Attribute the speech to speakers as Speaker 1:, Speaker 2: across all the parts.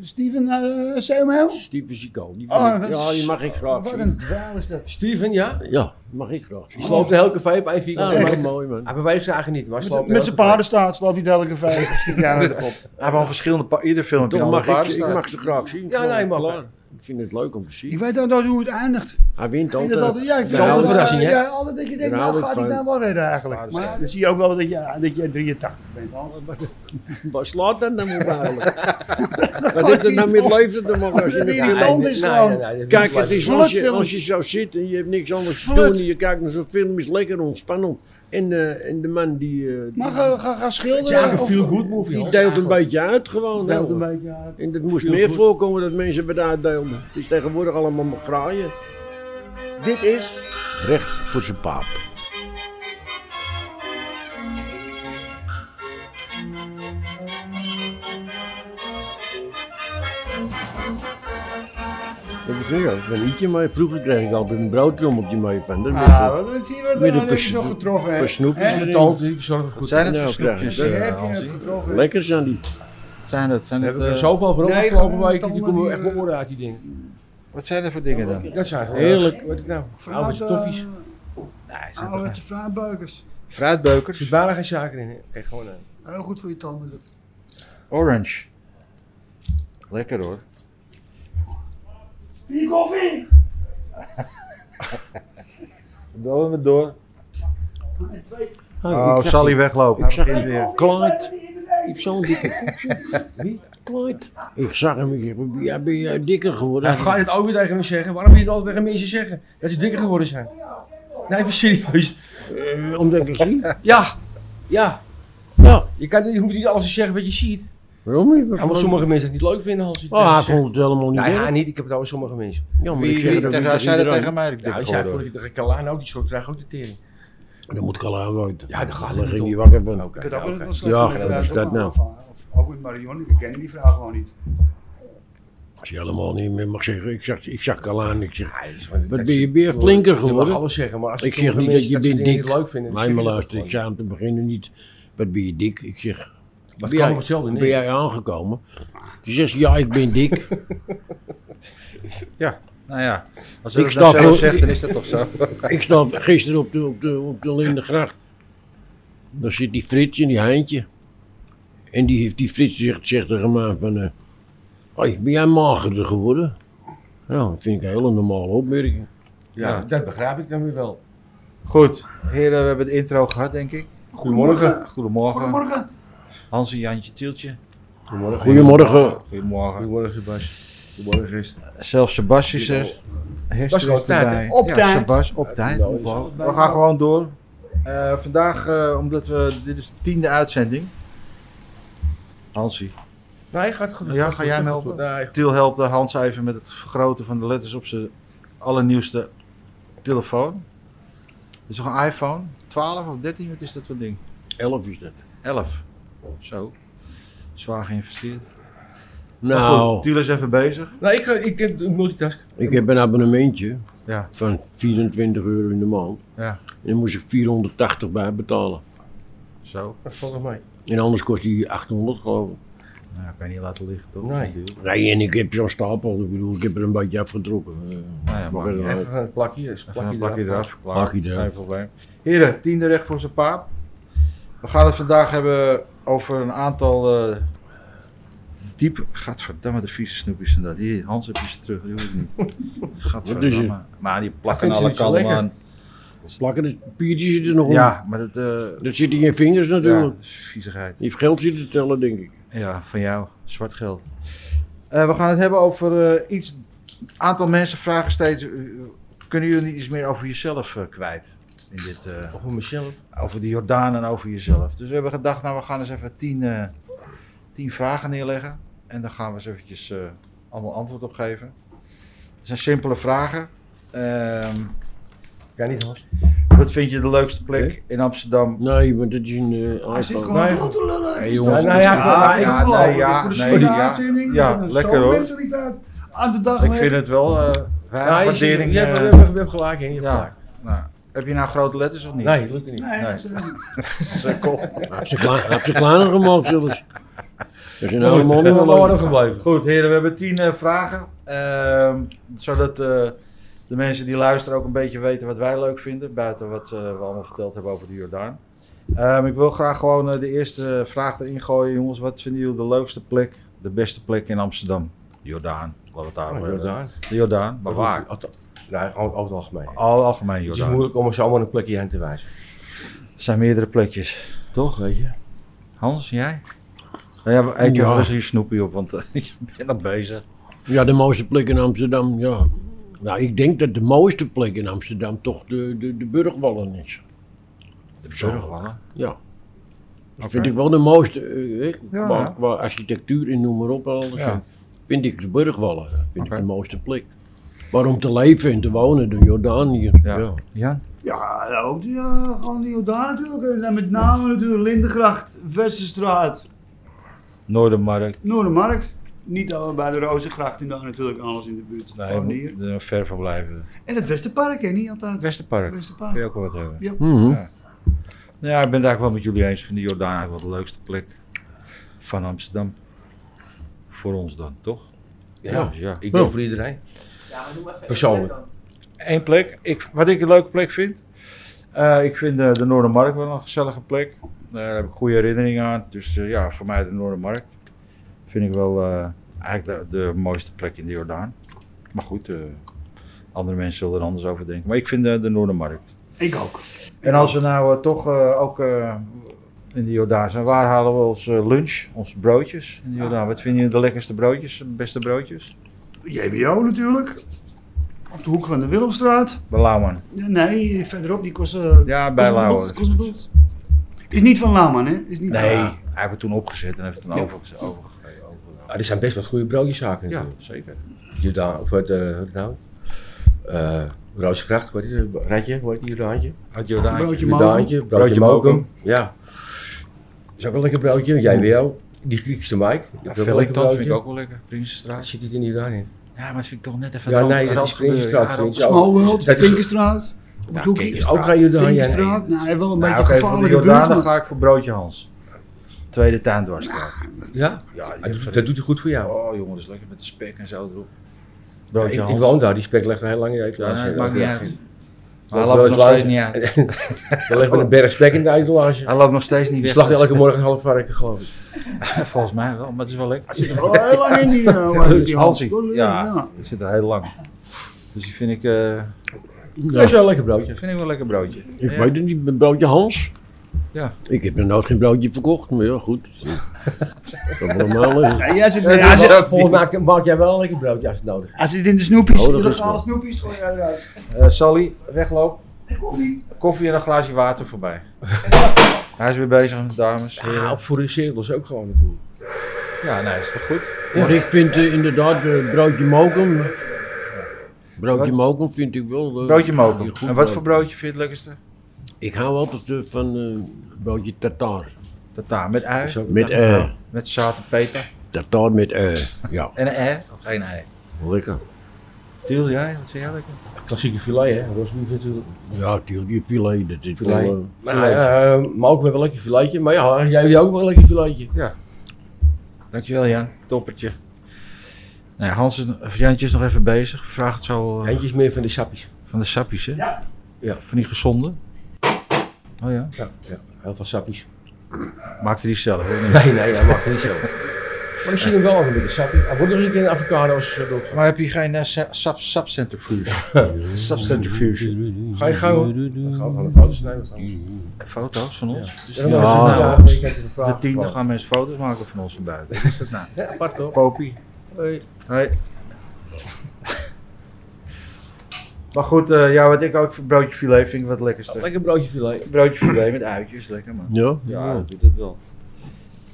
Speaker 1: Steven eh Samuel?
Speaker 2: Steven Zico. Die
Speaker 1: Oh,
Speaker 2: vind ik- ja,
Speaker 1: wat-
Speaker 2: die mag ik graag
Speaker 1: Wat
Speaker 2: zien.
Speaker 1: een dwaal is dat.
Speaker 3: Steven, ja?
Speaker 2: Ja, die mag ik graag zien.
Speaker 3: Die sloopt elke vijf bij vier.
Speaker 2: Ja,
Speaker 3: keer.
Speaker 2: dat
Speaker 3: Echt.
Speaker 2: is mooi, man.
Speaker 3: Hij beweegt ze eigenlijk niet, maar
Speaker 1: Met,
Speaker 3: sloopt
Speaker 1: met zijn
Speaker 3: elke vijf.
Speaker 1: paardenstaart sloopt hij elke vijf. Stikt hij aan de kop.
Speaker 4: Hij heeft al verschillende, pa- ieder film heb je
Speaker 2: Toch
Speaker 4: al een
Speaker 2: mag
Speaker 4: paar
Speaker 2: ik, ik
Speaker 4: staat.
Speaker 2: mag ze graag zien.
Speaker 3: Ja,
Speaker 2: Gewoon,
Speaker 3: nee, mag.
Speaker 2: klaar. Ik vind het leuk om te
Speaker 1: Ik
Speaker 2: zien.
Speaker 1: weet ook nooit hoe het eindigt.
Speaker 2: Hij wint
Speaker 1: Ik vind het altijd,
Speaker 2: altijd.
Speaker 1: ja, ik vind
Speaker 3: Zo'n
Speaker 1: het altijd,
Speaker 3: verrassing, hè?
Speaker 1: ja, altijd dat je denkt,
Speaker 2: Daar
Speaker 1: nou
Speaker 2: hou ik
Speaker 1: gaat hij
Speaker 2: van.
Speaker 1: nou wel redden eigenlijk. Maar dan zie je ook wel dat je, dat je 83 bent.
Speaker 2: Waar slaat dat nou op eigenlijk? Wat heeft het nou met leven te maken? Als je
Speaker 1: Dat
Speaker 2: een
Speaker 1: is
Speaker 2: film-
Speaker 1: irritant.
Speaker 3: Nee,
Speaker 1: tand
Speaker 3: nee,
Speaker 1: is
Speaker 3: nee,
Speaker 1: gewoon.
Speaker 3: nee, nee, dat
Speaker 2: Kijk,
Speaker 3: niet waar.
Speaker 2: het is als je,
Speaker 1: Flutfilm.
Speaker 2: als je zo zit en je hebt niks anders te
Speaker 1: Flut.
Speaker 2: doen. en Je kijkt naar zo'n film, is lekker ontspannend. En, eh, en de man die, eh, die-
Speaker 1: Maar ga, ga, ga
Speaker 3: Het is eigenlijk
Speaker 1: schilderen.
Speaker 3: een
Speaker 1: of-
Speaker 3: feel-good movie.
Speaker 2: die
Speaker 3: hoor.
Speaker 2: deelt een beetje uit gewoon.
Speaker 1: Deelt een
Speaker 2: hè.
Speaker 1: beetje uit.
Speaker 2: En dat moest meer voorkomen dat mensen het uitdeelden. Het is tegenwoordig allemaal maar graaien.
Speaker 4: Dit is
Speaker 2: Recht voor zijn paap. Dat is weer een vanietje, maar vroeger kreeg ik altijd een broodtrommeltje mee van. Dat
Speaker 1: Ah, wat- wat zie je wat
Speaker 2: Met een
Speaker 1: dan heb
Speaker 2: pers-
Speaker 1: je zo getroffen, hè?
Speaker 2: paar snoepjes
Speaker 1: Hè?
Speaker 2: erin.
Speaker 3: Toont, die verzorgt het
Speaker 4: Wat
Speaker 3: goed.
Speaker 4: zijn het
Speaker 2: Nou,
Speaker 4: voor snoepjes?
Speaker 1: Daar
Speaker 2: krijg
Speaker 4: eh,
Speaker 1: heb je het
Speaker 4: Hansie?
Speaker 1: getroffen.
Speaker 2: Lekker zijn die.
Speaker 4: Wat zijn het? Zijn
Speaker 3: We
Speaker 4: het
Speaker 3: hebben er
Speaker 4: eh,
Speaker 3: zoveel voor
Speaker 1: nee,
Speaker 3: afgelopen
Speaker 1: gewoon
Speaker 3: weken. Die
Speaker 1: tanden
Speaker 3: komen
Speaker 1: die,
Speaker 3: echt mijn
Speaker 1: eh,
Speaker 3: oren uit, die dingen.
Speaker 4: wat zijn er voor dingen dan?
Speaker 3: Dat zijn gewoon-
Speaker 2: Heerlijk.
Speaker 3: Wat is het nou?
Speaker 1: Fruit,
Speaker 3: Oude toffies.
Speaker 1: eh,
Speaker 4: Nee, zijn er
Speaker 1: Ouderwetse fruitbeukers.
Speaker 3: Er
Speaker 4: fruitbeukers.
Speaker 3: zit bijna geen suiker in. hè. Kijk gewoon aan.
Speaker 1: Heel goed voor je tanden. dat.
Speaker 4: Orange. Lekker hoor.
Speaker 1: Vier koffie!
Speaker 4: Bellen we door.
Speaker 2: Ah,
Speaker 4: Oh,
Speaker 2: ik zag
Speaker 4: Sally weglopen.
Speaker 2: Ik zag
Speaker 4: Begint
Speaker 2: die
Speaker 4: weer.
Speaker 2: Clyde. Ik zag een dikke kop. Wie? Clyde. Ik zag hem. Ik zeg, ja, ben jij dikker geworden?
Speaker 3: Dan ga je het ook weer tegen hem zeggen. Waarom wil je het altijd tegen mensen zeggen? Dat ze dikker geworden zijn. Nee, even serieus.
Speaker 2: Eh, omdat ik het zie.
Speaker 3: Ja. Ja.
Speaker 2: Ja.
Speaker 3: Je, kan, je hoeft niet alles te zeggen wat je ziet. Ah,
Speaker 2: Waarom niet?
Speaker 3: Ja, maar sommige mensen het niet leuk vinden als je het
Speaker 2: Oh, hij
Speaker 3: mensen zegt.
Speaker 2: vond het helemaal niet
Speaker 3: Nee,
Speaker 2: erg.
Speaker 3: hij Nou niet. Ik heb het over sommige mensen.
Speaker 2: Ja, maar ik
Speaker 4: Wie,
Speaker 2: zeg
Speaker 4: wie,
Speaker 2: dat
Speaker 4: tegen,
Speaker 2: niet
Speaker 4: hij zei dat
Speaker 2: iedereen.
Speaker 4: tegen mij. dat Ik
Speaker 3: Ja, hij
Speaker 4: dik
Speaker 3: zei
Speaker 4: geworden
Speaker 3: voordat
Speaker 4: was.
Speaker 3: je tegen Kalaan ook, die schrok er eigenlijk ook de tering.
Speaker 2: Dan moet Kalaan uit.
Speaker 3: Ja, daar gaat
Speaker 2: Dan
Speaker 3: het niet
Speaker 2: ging hij
Speaker 3: om.
Speaker 2: wakker van.
Speaker 3: Oké,
Speaker 1: Ik had ook
Speaker 3: oké.
Speaker 1: net wel slecht
Speaker 2: Ja,
Speaker 1: gedaan,
Speaker 2: dat is
Speaker 1: ook
Speaker 2: dat
Speaker 1: wel
Speaker 2: nou.
Speaker 1: van, of Ook met Marion, ik ken die vrouw gewoon niet.
Speaker 2: Als je helemaal niet meer mag zeggen. Ik zag, ik zag Kalaan. Ik zeg,
Speaker 3: Ja, dat is gewoon-
Speaker 2: wat
Speaker 3: dat
Speaker 2: ben
Speaker 3: is-
Speaker 2: je weer flinker
Speaker 3: Je mag
Speaker 2: geworden?
Speaker 3: alles zeggen, maar als
Speaker 2: Ik
Speaker 3: sommige
Speaker 2: zeg niet
Speaker 3: mensen
Speaker 2: dat je
Speaker 3: ze
Speaker 2: bent
Speaker 3: dingen niet
Speaker 2: dik.
Speaker 3: leuk vinden.
Speaker 2: Nee, maar luister. Ik zei aan te beginnen niet. Wat ben je dik? Ik zeg, ben
Speaker 3: Maar het kan
Speaker 2: jij,
Speaker 3: nog hetzelfde
Speaker 2: ben
Speaker 3: neer.
Speaker 2: jij aangekomen? Die zegt, ja, ik ben dik.
Speaker 4: Ja, nou ja. Als hij
Speaker 2: Ik
Speaker 4: dat nou
Speaker 2: snap
Speaker 4: zelf
Speaker 2: wel-
Speaker 4: zegt, dan is dat toch zo.
Speaker 2: Ik stond gisteren op de, op de, op de Lindengracht. Daar zit die Frits en die Heintje. En die, heeft- die Frits zegt, zegt tegen mij van... eh, Hoi, ben jij magerder geworden? Ja, dat vind ik een hele normale opmerking.
Speaker 3: Ja, dat begrijp ik dan weer wel.
Speaker 4: Goed. Heren, we hebben de intro gehad, denk ik. Goedemorgen. Goedemorgen.
Speaker 1: Goedemorgen.
Speaker 4: Hans en Jantje Tieltje.
Speaker 2: Goedemorgen.
Speaker 4: Goedemorgen.
Speaker 3: Goedemorgen, Sebas. Goedemorgen, Christ.
Speaker 4: Zelfs Sebas is er. Hester
Speaker 3: Was gewoon
Speaker 4: is
Speaker 3: tijd,
Speaker 4: erbij.
Speaker 3: hè?
Speaker 1: Op
Speaker 4: Ja,
Speaker 1: tijd.
Speaker 4: Sebas, op tijd. ongelooflijk. We gaan gewoon door. Eh, vandaag, eh, omdat we, dit is de tiende uitzending. Hansie.
Speaker 3: Nee, gaat goed.
Speaker 4: Ja, ga jij hem helpen?
Speaker 3: Nee,
Speaker 4: Tiel helpte Hans even met het vergroten van de letters op zijn allernieuwste telefoon. Dit is toch een iPhone? 12 of 13? Wat is dat voor ding?
Speaker 2: Elf is dat.
Speaker 4: 11.
Speaker 3: Oh.
Speaker 4: Zo. Zwaar geïnvesteerd. Maar goed,
Speaker 2: Nou,
Speaker 4: Tiel is even bezig.
Speaker 3: nee ik, ga, ik, ik multitask.
Speaker 2: ik heb een abonnementje
Speaker 4: Ja.
Speaker 2: van 24 euro in de maand.
Speaker 4: Ja.
Speaker 2: En daar moest ik 480 bij betalen.
Speaker 4: Zo.
Speaker 3: Dat valt nog mee.
Speaker 2: En anders kost die 800 geloof ik.
Speaker 4: Nou, kan je niet laten liggen toch?
Speaker 3: Nee.
Speaker 4: Tiel?
Speaker 2: Nee, en ik heb zo'n stapel. Ik bedoel, ik heb er een beetje afgetrokken. Eh,
Speaker 4: Nou ja, mag niet uit.
Speaker 3: Even van het plakje. Dus
Speaker 4: Plak
Speaker 3: plakje
Speaker 4: je, plak je
Speaker 3: eraf.
Speaker 4: eraf.
Speaker 2: Plak je eraf.
Speaker 4: Geen probleem. Heren, tiende recht voor zijn paap. We gaan het vandaag hebben over een aantal eh diep... Gadverdamme, de vieze snoepjes en dat. Hier, Hans heb je ze terug. Die hoef ik niet. Gadverdamme. Maar die plakken
Speaker 3: vindt ze
Speaker 4: alle
Speaker 3: niet zo
Speaker 4: kanten
Speaker 3: lekker.
Speaker 4: aan.
Speaker 2: Plakken de papiertjes zitten er nog om.
Speaker 4: Ja, maar dat... eh
Speaker 2: Dat zit in je vingers
Speaker 4: ja,
Speaker 2: natuurlijk.
Speaker 4: dat is viezigheid.
Speaker 2: Je hebt geld zitten tellen, denk ik.
Speaker 4: Ja, van jou. Zwart geld. Eh, we gaan het hebben over eh, iets... Een aantal mensen vragen steeds... eh, kunnen jullie iets meer over jezelf eh, kwijt? In dit... eh,
Speaker 3: Of voor mezelf.
Speaker 4: over de Jordaan en over jezelf. Dus we hebben gedacht, nou we gaan eens even tien, eh, tien vragen neerleggen. En daar gaan we eens eventjes eh, allemaal antwoord op geven. Het zijn simpele vragen. Ehm,
Speaker 3: Kan niet, Hans.
Speaker 4: wat vind je de leukste plek in Amsterdam?
Speaker 2: Nee, want dat is een eh,
Speaker 1: Hij zit
Speaker 2: iPhone.
Speaker 1: gewoon
Speaker 4: Nee.
Speaker 1: goed te lullen. Het is
Speaker 4: jongens,
Speaker 1: toch-
Speaker 3: nou ja, ja,
Speaker 1: ik
Speaker 3: ja,
Speaker 1: geloof
Speaker 4: nee,
Speaker 1: het.
Speaker 4: ja,
Speaker 1: Voor de
Speaker 4: nee,
Speaker 1: zwoele
Speaker 4: ja.
Speaker 1: uitzending,
Speaker 4: Ja,
Speaker 1: met een
Speaker 4: lekker, hoor.
Speaker 1: soulmentaliteit Aan de dag
Speaker 4: Ik vind het wel eh weinig
Speaker 3: Nee, Nou, je-
Speaker 4: waardering.
Speaker 3: Je hebt
Speaker 4: eh,
Speaker 3: je hebt- je hebt gelijk, hè. Je hebt
Speaker 4: ja,
Speaker 3: gelijk.
Speaker 4: nou, heb je nou grote letters of niet?
Speaker 3: Nee, dat lukt niet.
Speaker 1: Nee,
Speaker 4: Nee.
Speaker 1: absoluut niet.
Speaker 4: Sukkel.
Speaker 2: Hij heeft ze kla- hij heeft ze kleiner gemaakt zelfs. We zijn allemaal
Speaker 5: ben
Speaker 2: nog wel leuk.
Speaker 5: gebleven.
Speaker 4: Goed, heren, we hebben tien eh, vragen. Ehm, zodat eh, de mensen die luisteren ook een beetje weten wat wij leuk vinden. Buiten wat eh, we allemaal verteld hebben over de Jordaan. Ehm, ik wil graag gewoon eh, de eerste vraag erin gooien. Jongens, wat vinden jullie de leukste plek, de beste plek in Amsterdam? Jordaan, laten we het daar over hebben.
Speaker 3: Jordaan.
Speaker 4: De Jordaan, maar waar?
Speaker 3: Altijd- Nee, gewoon over het algemeen.
Speaker 4: Al algemeen
Speaker 3: Het is
Speaker 4: Jordaan.
Speaker 3: moeilijk om er zomaar een plekje heen te wijzen.
Speaker 4: Het zijn meerdere plekjes.
Speaker 3: Toch, weet je?
Speaker 4: Hans, jij? Nou ja, ik heb
Speaker 2: Ja.
Speaker 4: wel eens hier snoepie op, want eh, ik ben nog bezig.
Speaker 2: Ja, de mooiste plek in Amsterdam, ja. Nou, ik denk dat de mooiste plek in Amsterdam toch de, de, de Burgwallen is.
Speaker 4: De bezorgwallen.
Speaker 2: Ja. Dat vind ik wel de mooiste, eh, eh,
Speaker 4: Ja.
Speaker 2: qua, qua architectuur en noem maar op. en Alles.
Speaker 4: Ja.
Speaker 2: Vind ik de Burgwallen, vind
Speaker 4: Oké.
Speaker 2: ik de mooiste plek. Maar om te leven en te wonen, de Jordaan hier.
Speaker 4: Ja.
Speaker 2: Ja.
Speaker 4: Ja?
Speaker 1: Ja, ook die, ja, gewoon die Jordaan natuurlijk. En dan met name natuurlijk Lindengracht, Westerstraat,
Speaker 4: Noordermarkt.
Speaker 1: Noordermarkt. Niet al- bij de Rozengracht en daar natuurlijk alles in de buurt.
Speaker 4: Nee,
Speaker 1: Gewoon
Speaker 4: je
Speaker 1: hier.
Speaker 4: moet er ver van blijven.
Speaker 1: En het Westerpark, hè? Niet altijd.
Speaker 4: Westerpark.
Speaker 1: Westerpark.
Speaker 4: Kun je ook wel wat hebben.
Speaker 2: Mhm.
Speaker 4: Ja. Ja, ik ben het eigenlijk wel met jullie eens. Ik vind de Jordaan eigenlijk wel de leukste plek van Amsterdam. Voor ons dan, toch?
Speaker 3: Ja.
Speaker 4: Dus ja.
Speaker 3: Ik
Speaker 2: Wel.
Speaker 3: denk voor iedereen. Persoonlijk.
Speaker 4: Eén plek. Ik, wat ik een leuke plek vind. eh, ik vind eh, de Noordermarkt wel een gezellige plek. Eh, Daar heb ik goede herinneringen aan. Dus eh, ja, voor mij de Noordermarkt. Vind ik wel eh, eigenlijk de, de mooiste plek in de Jordaan. Maar goed, eh, andere mensen zullen er anders over denken. Maar ik vind eh, de Noordermarkt.
Speaker 1: Ik ook.
Speaker 4: En als we nou eh, toch eh, ook eh, in de Jordaan zijn, waar halen we ons eh, lunch, onze broodjes in de Jordaan? Wat vinden jullie de lekkerste broodjes, de beste broodjes?
Speaker 1: JWO natuurlijk. Op de hoek van de Willemstraat.
Speaker 4: Bij Lauwman.
Speaker 1: Ja, Nee, verderop, die kost. eh,
Speaker 4: Ja, bij
Speaker 1: Cosmopolis,
Speaker 4: Lauwman.
Speaker 1: Cosmopolis. Is niet van Laman, hè? Is niet
Speaker 4: Nee,
Speaker 1: Van
Speaker 4: hij heeft het toen opgezet en heeft het toen overge- overgegeven. overgenomen.
Speaker 3: Ah, er zijn best wat goede broodjeszaken
Speaker 4: Ja,
Speaker 3: natuurlijk.
Speaker 4: zeker.
Speaker 3: Jordaan, of wat eh, wat nou? Eh Roosgracht, wat is het? Rijtje, hoe heet die Jordaantje?
Speaker 4: Uit Jordaan.
Speaker 1: Broodje mogen.
Speaker 3: Jordaantje, broodje
Speaker 4: Broodje Mokum.
Speaker 3: mokum. Ja. is ook wel een lekker broodje. Jij wel. Die Griekse Mike. die
Speaker 4: Ja,
Speaker 3: heeft ook wel een lekker
Speaker 4: Vellington vind ik
Speaker 3: broodje.
Speaker 4: ook wel lekker. Prinsenstraat.
Speaker 3: Zit dit in Jordaan in?
Speaker 4: Ja, maar dat vind ik toch net even
Speaker 3: Ja,
Speaker 4: een
Speaker 3: nee,
Speaker 4: rand-
Speaker 3: dat
Speaker 4: rand
Speaker 3: is Prinsenstraat,
Speaker 4: gebeuren. Ja,
Speaker 3: vind ik.
Speaker 4: rand-
Speaker 1: Smalholt,
Speaker 3: Dat is-
Speaker 1: Vinkenstraat. Op het hoekje.
Speaker 3: Kinkerstraat. Ook ga je daar, ja, nee.
Speaker 1: Vinkenstraat. Nou, wel een
Speaker 4: Nou,
Speaker 1: beetje
Speaker 4: oké, voor de
Speaker 1: gevaarlijke
Speaker 4: Jordaan
Speaker 1: buurt.
Speaker 4: dan
Speaker 1: maar-
Speaker 4: ga ik voor broodje Hans. Tweede Tuindwarsstraat.
Speaker 3: Ja?
Speaker 4: Ja, die
Speaker 3: Ah,
Speaker 4: heeft-
Speaker 3: dat- Dat doet hij goed voor jou.
Speaker 4: Oh jongen, dat is lekker met de spek en zo erop.
Speaker 3: Ja,
Speaker 4: Broodje
Speaker 3: ik,
Speaker 4: Hans.
Speaker 3: ik woon daar, die spek ligt heel lang in de
Speaker 4: Ja,
Speaker 3: etalage.
Speaker 4: nee, het maakt niet uit. Maar hij
Speaker 3: Dat
Speaker 4: loopt
Speaker 3: is
Speaker 4: nog
Speaker 3: wel
Speaker 4: steeds
Speaker 3: eens
Speaker 4: niet uit.
Speaker 3: Er ligt met een berg spek in de etalage.
Speaker 4: Hij loopt nog steeds niet
Speaker 3: Die
Speaker 4: weg.
Speaker 3: slacht elke morgen een half varken, geloof ik.
Speaker 4: Volgens mij wel, maar het is wel lekker.
Speaker 1: Zit er al heel lang in die, eh, waar die
Speaker 4: Hansie.
Speaker 1: Hansie.
Speaker 4: Ja.
Speaker 1: ja.
Speaker 4: Het zit er heel lang. Dus die vind ik, eh,
Speaker 3: Dat is wel een lekker broodje.
Speaker 4: vind ik wel een lekker broodje.
Speaker 2: Nou, Ik
Speaker 4: Ja.
Speaker 2: weet het niet, met broodje Hans.
Speaker 4: Ja.
Speaker 2: Ik heb nog nooit geen broodje verkocht, maar ja, goed. Dat eh. is normaal. hè.
Speaker 1: Ja, jij zit,
Speaker 4: Ja,
Speaker 1: jij
Speaker 4: die-
Speaker 1: zit,
Speaker 3: Volgens mij maak jij wel een lekker broodje als het nodig is.
Speaker 1: hij zit in de snoepjes.
Speaker 2: Oh, dat is
Speaker 1: Illegale
Speaker 2: wel.
Speaker 1: snoepjes gooi jij eruit.
Speaker 4: Eh, Sally, wegloop.
Speaker 1: En koffie.
Speaker 4: Koffie en een glaasje water voorbij. Hij is weer bezig, dames.
Speaker 3: Ja,
Speaker 4: heren.
Speaker 3: Ah, voor de cirkels ook gewoon naartoe.
Speaker 4: Ja, nee, nou, is toch goed?
Speaker 2: Maar ik vind eh, inderdaad eh, broodje mokum. Broodje
Speaker 4: Wat?
Speaker 2: mokum vind ik wel. eh,
Speaker 4: Broodje mokum.
Speaker 2: goed
Speaker 4: En wat
Speaker 2: brood.
Speaker 4: voor broodje vind je het lekkerste?
Speaker 2: Ik hou altijd eh, van eh, broodje tartaar.
Speaker 4: Tata, met ui,
Speaker 3: Zo-
Speaker 2: Met eh, ei.
Speaker 4: met zout en peper.
Speaker 2: Tartaar met ei. Ja,
Speaker 4: En een ei, of geen ei.
Speaker 2: lekker.
Speaker 4: Tiel, jij? Wat vind jij lekker?
Speaker 3: Klassieke filet, hè? Rosbief natuurlijk.
Speaker 2: Ja, tuurlijk, je filet, dat is
Speaker 3: Filet.
Speaker 2: wel... eh,
Speaker 3: Maar eh, eh, maar ook met een lekker filetje. Maar ja, jij hebt ook wel een lekker filetje.
Speaker 4: Dankjewel, Jan. Toppertje. Nou, Hans is, of Jantje is nog even bezig. Vraag het zo. eh,
Speaker 3: Eentje is meer van de sappies.
Speaker 4: Van de sappies, hè?
Speaker 1: Ja.
Speaker 3: Ja.
Speaker 4: Van die gezonde. Oh ja.
Speaker 3: Ja, ja. heel veel sappies.
Speaker 4: Maakte die zelf, hoor. niet?
Speaker 3: Nee, nee, dat mag niet zo. Maar ik zie hem wel nog met de sappies. Hij wordt nog een keer een avocado's. eh, door.
Speaker 4: Maar heb je geen eh, sa- sap sapcentrifuge? sapcentrifuge.
Speaker 3: Ga je gang hoor. Dan gaan we gewoon een foto's nemen. van ons.
Speaker 4: Foto's van ons?
Speaker 3: Dus
Speaker 4: Ja.
Speaker 3: dan is het nou, ik heb je
Speaker 4: De
Speaker 3: gevraagd.
Speaker 4: tiende gaan mensen foto's maken van ons van buiten. Wat is dat nou?
Speaker 3: Ja, apart hoor.
Speaker 4: Popie.
Speaker 3: Hoi.
Speaker 4: Hoi. Maar goed, eh, ja, wat ik ook voor broodje filet vind ik wat lekkerste.
Speaker 3: Lekker broodje filet.
Speaker 4: Broodje filet met uitjes, lekker man.
Speaker 2: Ja,
Speaker 4: Ja, dat doet het wel.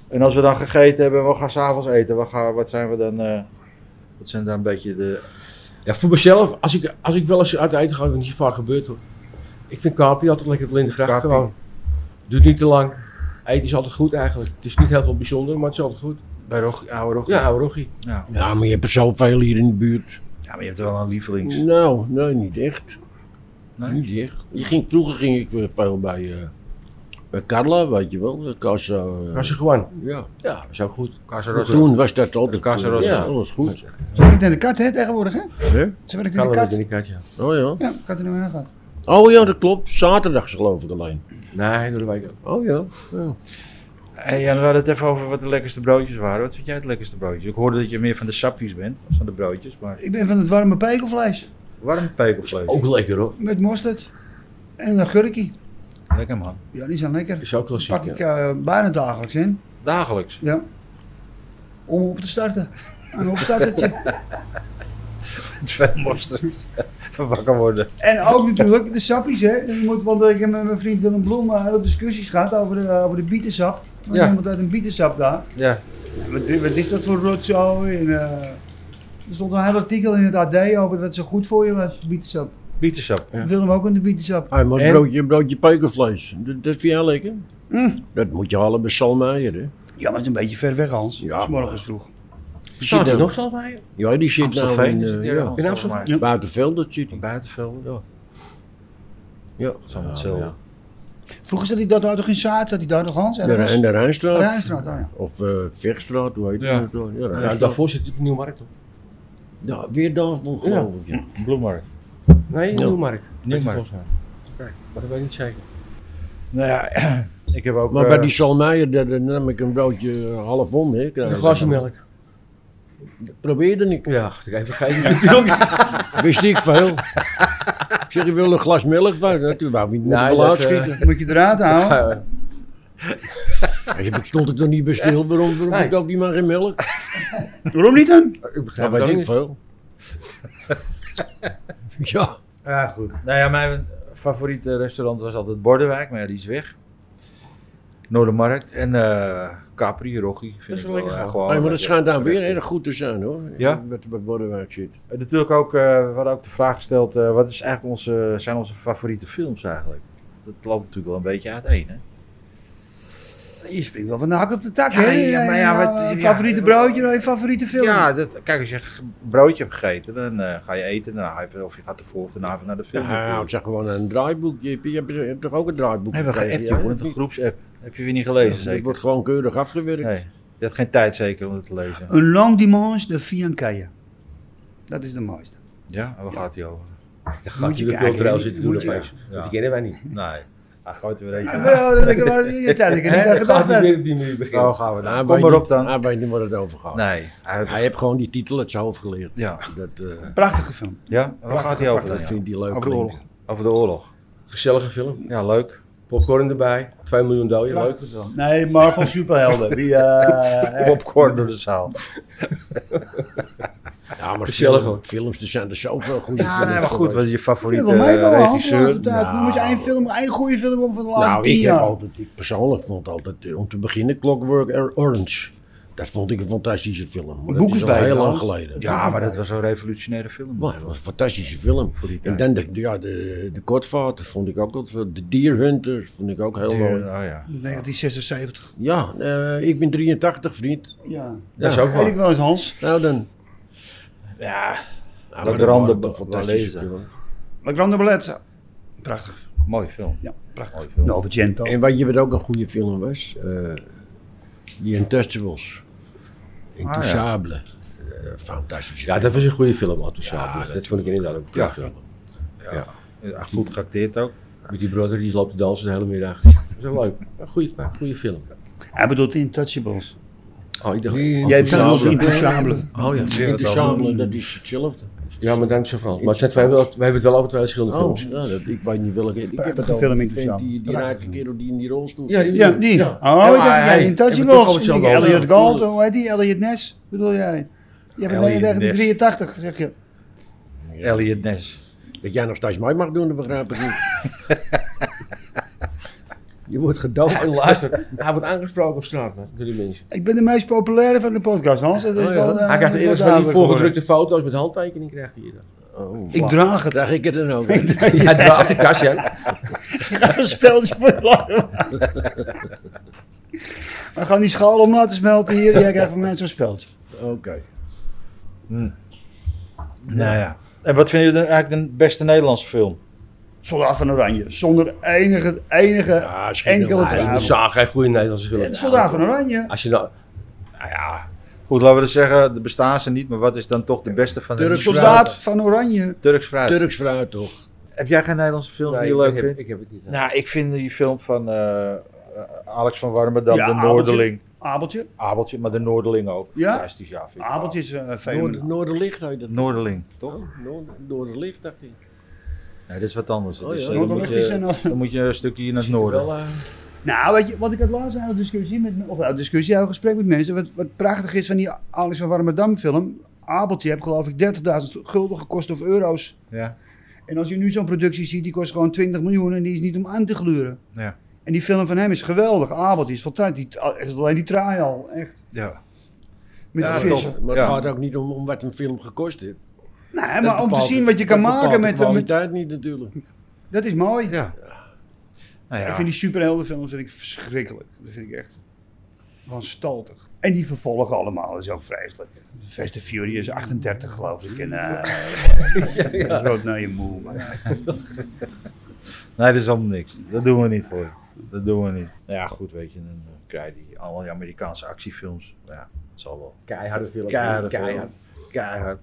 Speaker 4: En als we dan gegeten hebben, en we gaan s'avonds eten. Wat, gaan, wat zijn we dan? eh, wat zijn dan een beetje de.
Speaker 3: Ja, voor mezelf, als ik, als ik wel eens uit eten ga, wat niet zo vaak gebeurt hoor. Ik vind Kapi altijd lekker op Lindengracht
Speaker 4: Kapi.
Speaker 3: gewoon. Duurt niet te lang. Eten is altijd goed eigenlijk. Het is niet heel veel bijzonder, maar het is altijd goed.
Speaker 4: Bij Rog, oude Rog.
Speaker 3: Ja, oude rochie.
Speaker 4: Ja.
Speaker 2: Ja, maar je hebt er zoveel hier in de buurt.
Speaker 4: Ja, maar je hebt wel een lievelings.
Speaker 2: Nou, nee, niet echt.
Speaker 4: Nee?
Speaker 2: Niet echt. Je ging, vroeger ging ik weer veel bij eh Bij Carla, weet je wel, de Casa. eh,
Speaker 3: Was je gewoon.
Speaker 2: ja.
Speaker 3: Ja, dat is ook goed.
Speaker 4: Casarosa.
Speaker 2: Toen was dat altijd. eh,
Speaker 4: Casa Rosa.
Speaker 2: Ja, alles goed.
Speaker 1: Ze werkt in de kat, hè, tegenwoordig, hè?
Speaker 2: Hè?
Speaker 1: Ze werkt in
Speaker 3: Kan
Speaker 1: de
Speaker 3: wel met in
Speaker 1: kat.
Speaker 3: die kat, ja.
Speaker 2: Oh ja.
Speaker 1: Ja, kat in de haar gaat.
Speaker 2: Oh ja, dat klopt. Zaterdags geloof ik alleen.
Speaker 3: Nee, door de wijk ook.
Speaker 2: Oh ja.
Speaker 4: Hey Jan, we hadden het even over wat de lekkerste broodjes waren. Wat vind jij het lekkerste broodje? Ik hoorde dat je meer van de sapjes bent, dan van de broodjes. Maar
Speaker 1: Ik ben van het warme pekelvlees.
Speaker 4: warm pekelvlees.
Speaker 3: Ook lekker hoor.
Speaker 1: Met mosterd. En een agurkje.
Speaker 2: Oh.
Speaker 4: Lekker man.
Speaker 1: Ja, die zijn lekker.
Speaker 3: Is ook
Speaker 1: Pak
Speaker 3: klassiek.
Speaker 1: ik
Speaker 3: ja.
Speaker 1: eh, bijna dagelijks in.
Speaker 4: Dagelijks.
Speaker 1: Ja. Om op te starten. Een opstartertje.
Speaker 4: Het veel mosterd. Van wakker worden.
Speaker 1: en ook natuurlijk de sappies, hè. Dus ik moet, want ik heb met mijn vriend Willem Bloem eh, heel discussies gehad over de, over de bietensap. Er was
Speaker 4: Ja.
Speaker 1: Iemand uit een bietensap daar.
Speaker 4: Ja.
Speaker 1: Wat, wat is dat voor rotzooi? En, eh, er stond een heel artikel in het AD over dat zo goed voor je was, bietensap.
Speaker 4: Bietensap.
Speaker 3: Ja.
Speaker 1: Willem ook in de bietensap.
Speaker 2: Hij maar
Speaker 3: En?
Speaker 2: broodje, broodje pekelvlees. Dat, dat vind jij lekker?
Speaker 4: Hm.
Speaker 1: Mm.
Speaker 2: Dat moet je halen bij Salmeijer, hè?
Speaker 1: Ja, maar het is een beetje ver weg, Hans.
Speaker 2: Ja,
Speaker 1: S morgens vroeg.
Speaker 2: Die zit nou-
Speaker 3: nog zo bij?
Speaker 2: Ja, die zit nou
Speaker 4: Amstelveen
Speaker 2: in,
Speaker 4: is het
Speaker 2: eh,
Speaker 4: hier
Speaker 2: ja.
Speaker 4: dan.
Speaker 3: In Amstelveen?
Speaker 4: volgens mij.
Speaker 2: Buitenveld, dat zit hij.
Speaker 4: Buitenvelden.
Speaker 2: Ja. Ja.
Speaker 4: Dat is allemaal hetzelfde.
Speaker 3: Ja,
Speaker 1: Vroeger zat hij dat daar toch in Saad? Zat hij daar nog, Hans?
Speaker 2: De, en de Rijnstraat.
Speaker 1: Rijnstraat, ah, ja.
Speaker 2: Of eh Vechtstraat, hoe heet
Speaker 4: Ja.
Speaker 2: dat? Ja,
Speaker 3: Ja,
Speaker 2: Rijnstraat.
Speaker 3: Nou, daarvoor zit het op Nieuwmarkt toch?
Speaker 2: Ja, weer daarvoor geloof ik. Ja.
Speaker 4: Bloemarkt.
Speaker 3: Nee,
Speaker 2: Ja.
Speaker 3: Nieuwmarkt.
Speaker 4: Nieuwmarkt.
Speaker 3: Volgens mij. Maar dat weet ik niet zeker.
Speaker 4: Nou ja, ik heb ook...
Speaker 2: Maar
Speaker 4: eh,
Speaker 2: bij die Salmeijer, daar, daar nam ik een broodje eh, half om. Hè, krijg
Speaker 3: Een
Speaker 2: ik
Speaker 3: glasje
Speaker 2: dan.
Speaker 3: melk.
Speaker 2: Probeerde ik.
Speaker 3: Ja, dat ik even vergeten.
Speaker 2: Wist ik veel. ik zeg, je wil een glas melk van? Nou, Toen wou ik niet
Speaker 3: Nee,
Speaker 2: nee,
Speaker 3: dat, eh,
Speaker 2: laat schieten.
Speaker 1: Moet je eruit houden.
Speaker 2: Daar stond ik er niet bij stil. Waarom, waarom
Speaker 3: Nee.
Speaker 2: ik ook niet maar geen melk?
Speaker 1: Waarom niet dan?
Speaker 3: Ik
Speaker 2: Ja,
Speaker 3: begrijp het
Speaker 2: weet
Speaker 3: ook
Speaker 2: ik
Speaker 3: niet.
Speaker 2: veel. ja.
Speaker 4: Ja, goed. Nou ja, mijn favoriete restaurant was altijd Bordewijk, maar ja, die is weg. Noordermarkt en eh, Capri, Rocky. Vind
Speaker 3: Dat is
Speaker 4: ik
Speaker 3: wel
Speaker 4: wel,
Speaker 3: lekker
Speaker 4: eh,
Speaker 3: gaan.
Speaker 4: gewoon
Speaker 2: Hey, maar dat
Speaker 4: lekker.
Speaker 2: schijnt daar weer erg goed te zijn hoor.
Speaker 4: Ja?
Speaker 2: Wat er bij Bordewijk zit.
Speaker 4: En natuurlijk ook, eh, we hadden ook de vraag gesteld, eh, wat is eigenlijk onze, zijn onze favoriete films eigenlijk? Dat loopt natuurlijk wel een beetje uiteen, hè?
Speaker 1: Je springt wel van de hak op de tak,
Speaker 4: Ja,
Speaker 1: hè?
Speaker 4: ja, maar ja,
Speaker 1: Nou,
Speaker 4: wat-
Speaker 1: je
Speaker 4: ja.
Speaker 1: favoriete broodje of je favoriete film?
Speaker 4: Ja, dat, kijk, als je een broodje hebt gegeten, dan eh, ga je eten, dan ga je even- of je gaat ervoor of daarna even naar de
Speaker 2: Ja,
Speaker 4: film.
Speaker 2: hij houdt zich gewoon aan een draaiboek. Je hebt, je hebt- je hebt toch ook een draaiboek?
Speaker 4: Hebben we
Speaker 2: gekregen,
Speaker 4: geappt,
Speaker 2: ja?
Speaker 4: joh, een groepsapp. Heb je weer niet gelezen,
Speaker 2: Het
Speaker 4: zeker?
Speaker 2: wordt gewoon keurig afgewerkt.
Speaker 4: Nee, je had geen tijd zeker om het te lezen.
Speaker 1: Een lang dimanche de Fiancaille. Dat is de mooiste.
Speaker 4: Ja, en waar gaat hij over?
Speaker 3: Dan gaat
Speaker 1: Moet
Speaker 3: je
Speaker 1: je
Speaker 3: weer cultureel
Speaker 1: kijken.
Speaker 3: zitten doen
Speaker 1: Moet je-
Speaker 3: opeens.
Speaker 4: Ja.
Speaker 3: Want die kennen wij niet.
Speaker 4: Nee, hij gooit er weer eentje. aan.
Speaker 1: Wel, dat ik wel- dat had ik er niet aan
Speaker 3: Hè, dat gaat
Speaker 1: gedacht.
Speaker 3: niet
Speaker 1: hè.
Speaker 3: meer op die manier beginnen.
Speaker 4: Nou, gaan we
Speaker 2: Hij
Speaker 4: dan.
Speaker 2: weet
Speaker 4: Kom maar op
Speaker 2: Ah, niet-
Speaker 4: dan.
Speaker 2: Hij weet niet waar het over gaat.
Speaker 4: Nee. hij-
Speaker 2: Hij heeft gewoon die titel uit zijn hoofd geleerd.
Speaker 4: Oh. Ja.
Speaker 2: Dat, eh,
Speaker 1: Prachtige film.
Speaker 4: Ja, waar gaat hij over
Speaker 2: dat
Speaker 4: dan? ja?
Speaker 2: vindt hij leuk.
Speaker 1: Over de
Speaker 2: klinken.
Speaker 1: oorlog.
Speaker 4: Over de oorlog.
Speaker 3: Gezellige film.
Speaker 4: Ja, leuk.
Speaker 3: Popcorn erbij. 2 miljoen doden. Leuk.
Speaker 1: Nee, Marvel superhelden. Die, eh,
Speaker 4: Popcorn door de zaal.
Speaker 2: Ja, maar
Speaker 3: Gezellig,
Speaker 2: film,
Speaker 3: hoor.
Speaker 2: films, er zijn er zoveel goede
Speaker 4: Ja,
Speaker 2: films.
Speaker 4: nee, maar goed,
Speaker 2: geweest.
Speaker 4: wat is je
Speaker 1: Ik
Speaker 4: favoriete
Speaker 1: wil mij wel
Speaker 4: eh,
Speaker 1: Hans de
Speaker 4: regisseur?
Speaker 1: laatste tijd.
Speaker 2: Nou.
Speaker 1: Noem eens één film, één goede film op van de laatste
Speaker 2: Nou,
Speaker 1: tien
Speaker 2: ik heb
Speaker 1: jaar.
Speaker 2: altijd, ik persoonlijk vond altijd, eh, om te beginnen, Clockwork Orange. Dat vond ik een fantastische film. Maar
Speaker 1: Boek
Speaker 2: dat is
Speaker 1: is
Speaker 2: al
Speaker 1: bij,
Speaker 2: heel lang
Speaker 1: trouwens.
Speaker 2: geleden.
Speaker 4: Ja, maar dat was een revolutionaire film.
Speaker 2: Maar het was een fantastische film.
Speaker 4: Voor die
Speaker 2: En
Speaker 4: tijd.
Speaker 2: dan de, ja, de, de Godfather vond ik ook dat De Deer Hunter vond ik ook heel
Speaker 4: Die-
Speaker 2: mooi.
Speaker 4: oh ja.
Speaker 1: 1976.
Speaker 2: Ja, eh, ik ben 83, vriend.
Speaker 1: Ja.
Speaker 3: Dat is ook
Speaker 1: Weet
Speaker 3: wel.
Speaker 1: ik wel eens, Hans.
Speaker 2: Nou dan.
Speaker 4: Ja,
Speaker 2: Ja,
Speaker 4: La
Speaker 2: maar dat
Speaker 4: Grande
Speaker 2: waren toch
Speaker 4: Ba-
Speaker 2: fantastische
Speaker 4: Bellezza.
Speaker 2: film.
Speaker 1: La Grande Bellezza. Prachtig.
Speaker 4: mooi film.
Speaker 1: Ja,
Speaker 4: Mooi film.
Speaker 1: Nou, Vicento.
Speaker 2: En wat je weet ook een goede film was? eh The Untouchables. Intouchable. Eh, fantastische
Speaker 3: Ja, dat was een goede film, Althousiasme.
Speaker 2: Ja,
Speaker 3: dat,
Speaker 2: dat
Speaker 3: vond ik inderdaad ook een goede
Speaker 4: Ja.
Speaker 3: film.
Speaker 4: Ja, goed geacteerd ook.
Speaker 3: Met die brother die loopt te dansen de hele middag. Dat is wel leuk. Een goede, een goede film.
Speaker 1: Hij bedoelt Intouchables.
Speaker 3: Oh, ik dacht...
Speaker 1: Jij hebt
Speaker 3: Althousiasme.
Speaker 1: zelfs Intouchables.
Speaker 3: Oh ja.
Speaker 2: Intouchable, dat is hetzelfde.
Speaker 3: Ja, maar dank je Frans. Maar het zijn twee, wel- we hebben het wel over twee verschillende
Speaker 2: Oh,
Speaker 3: films.
Speaker 2: ja, dat, ik weet niet welke. Ik heb het
Speaker 1: Prachtige
Speaker 2: over
Speaker 1: film
Speaker 2: die
Speaker 1: Intouchable.
Speaker 2: vent Die, die
Speaker 1: Prachtige
Speaker 2: raakte
Speaker 1: film.
Speaker 2: kerel die in die rol stond.
Speaker 3: Ja, die-
Speaker 1: Ja, die.
Speaker 3: Ja.
Speaker 1: Oh, ik dacht,
Speaker 3: Ja,
Speaker 1: jij
Speaker 3: hij- hij
Speaker 1: Intouchables.
Speaker 3: heeft het ook
Speaker 1: Ik
Speaker 3: hetzelfde
Speaker 1: denk Elliot
Speaker 3: over.
Speaker 1: Gold, hoe heet die? Elliot Ness, bedoel jij? Je hebt
Speaker 4: Elliot
Speaker 1: in 1983, zeg je.
Speaker 4: Elliot Ness.
Speaker 2: Dat jij nog steeds mij mag doen, dat begrijp ik niet. je wordt gedood.
Speaker 3: En luister, hij wordt aangesproken op straat, man, door die mensen.
Speaker 1: Ik ben de meest populaire van de podcast, Hans. Dat is
Speaker 2: Oh, ja.
Speaker 1: wel, eh,
Speaker 3: Hij krijgt
Speaker 1: dat
Speaker 3: eerst
Speaker 1: wel
Speaker 3: van die
Speaker 1: duidelijk
Speaker 3: voorgedrukte foto's met handtekening krijgt hij hier dan.
Speaker 2: Oh,
Speaker 1: geworden. Ik draag het.
Speaker 2: Krijg ik het dan ook?
Speaker 3: Hij draait de kast, ja.
Speaker 1: Ik ga een speeltje voor de lange baan. We gaan die schaal om laten smelten hier. Jij krijgt van mij zo'n speeltje.
Speaker 2: Oké.
Speaker 4: Nou ja. En wat vinden jullie dan eigenlijk de beste Nederlandse film?
Speaker 1: Soldaat van Oranje. Zonder enige, enige
Speaker 3: Ja, Ah, schiet
Speaker 1: enkele
Speaker 3: hem. Hij
Speaker 1: twijfel.
Speaker 3: zag geen goede Nederlandse film.
Speaker 1: Het Soldaat van Oranje.
Speaker 3: Als je nou...
Speaker 4: Goed, laten we dus zeggen, de bestaan ze niet, maar wat is dan toch de beste van de
Speaker 2: Turks
Speaker 4: Turks fruit?
Speaker 1: Soldaat van Oranje.
Speaker 4: Turks fruit.
Speaker 2: Turks fruit toch?
Speaker 4: Heb jij geen Nederlandse film
Speaker 3: Nee,
Speaker 4: die je
Speaker 3: ik,
Speaker 4: leuk
Speaker 3: heb,
Speaker 4: vindt?
Speaker 3: ik heb het niet.
Speaker 4: Nou, ik vind die film van eh, Alex van Warmerdam,
Speaker 1: Ja,
Speaker 4: De
Speaker 1: Abeltje.
Speaker 4: Noorderling.
Speaker 1: Abeltje.
Speaker 4: Abeltje, maar De Noorderling ook.
Speaker 1: Ja?
Speaker 4: Fantastisch, ja. Vind ik.
Speaker 1: Abeltje is eh
Speaker 2: Noord,
Speaker 1: fenomenaal.
Speaker 2: Noorderlicht heet dat.
Speaker 4: Noorderling, toch?
Speaker 2: Noord- Noorderlicht dacht ik.
Speaker 4: Nee, dit is wat anders. Dat
Speaker 2: Oh,
Speaker 4: is,
Speaker 2: ja.
Speaker 4: eh, dan, moet
Speaker 1: Noorderlicht is
Speaker 4: je,
Speaker 1: een-
Speaker 4: dan moet je een stukje hier naar het noorden.
Speaker 3: Wel, eh,
Speaker 1: Nou, weet je, wat ik het laatst aan de discussie met, of uit discussie, uit een gesprek met mensen, wat, wat prachtig is van die Alex van Warmerdam film. Abeltje heb geloof ik 30.000 gulden gekost of euro's.
Speaker 4: Ja.
Speaker 1: En als je nu zo'n productie ziet, die kost gewoon 20 miljoen en die is niet om aan te gluren.
Speaker 4: Ja.
Speaker 1: En die film van hem is geweldig. Abeltje is fantastisch. Die, ah, is alleen die traai al, echt.
Speaker 4: ja.
Speaker 1: Met
Speaker 2: Ja,
Speaker 1: de vissen.
Speaker 2: toch. Maar het
Speaker 4: Ja.
Speaker 2: gaat ook niet om, om wat een film gekost heeft.
Speaker 1: Nee,
Speaker 2: Dat
Speaker 1: maar om te
Speaker 2: bepaalt
Speaker 1: zien
Speaker 2: de-
Speaker 1: wat je kan
Speaker 2: dat bepaalt
Speaker 1: maken
Speaker 2: de
Speaker 1: met, met,
Speaker 2: kwaliteit niet natuurlijk.
Speaker 1: Dat is mooi.
Speaker 4: Ja. Nou ja.
Speaker 1: Ik vind die superheldenfilms vind ik verschrikkelijk. Dat vind ik echt wanstaltig. En die vervolgen allemaal, dat is ook vreselijk. Fast and Furious 38 geloof ik. En, eh ja, naar je moe. Maar.
Speaker 4: Nee, dat is allemaal niks. Dat doen we niet voor. Dat doen we niet. Nou ja, goed, weet je, dan eh, krijg je die, al die Amerikaanse actiefilms. Ja, het zal wel.
Speaker 3: Keiharde film.
Speaker 4: Keiharde film.
Speaker 3: Keihard.
Speaker 4: Keihard.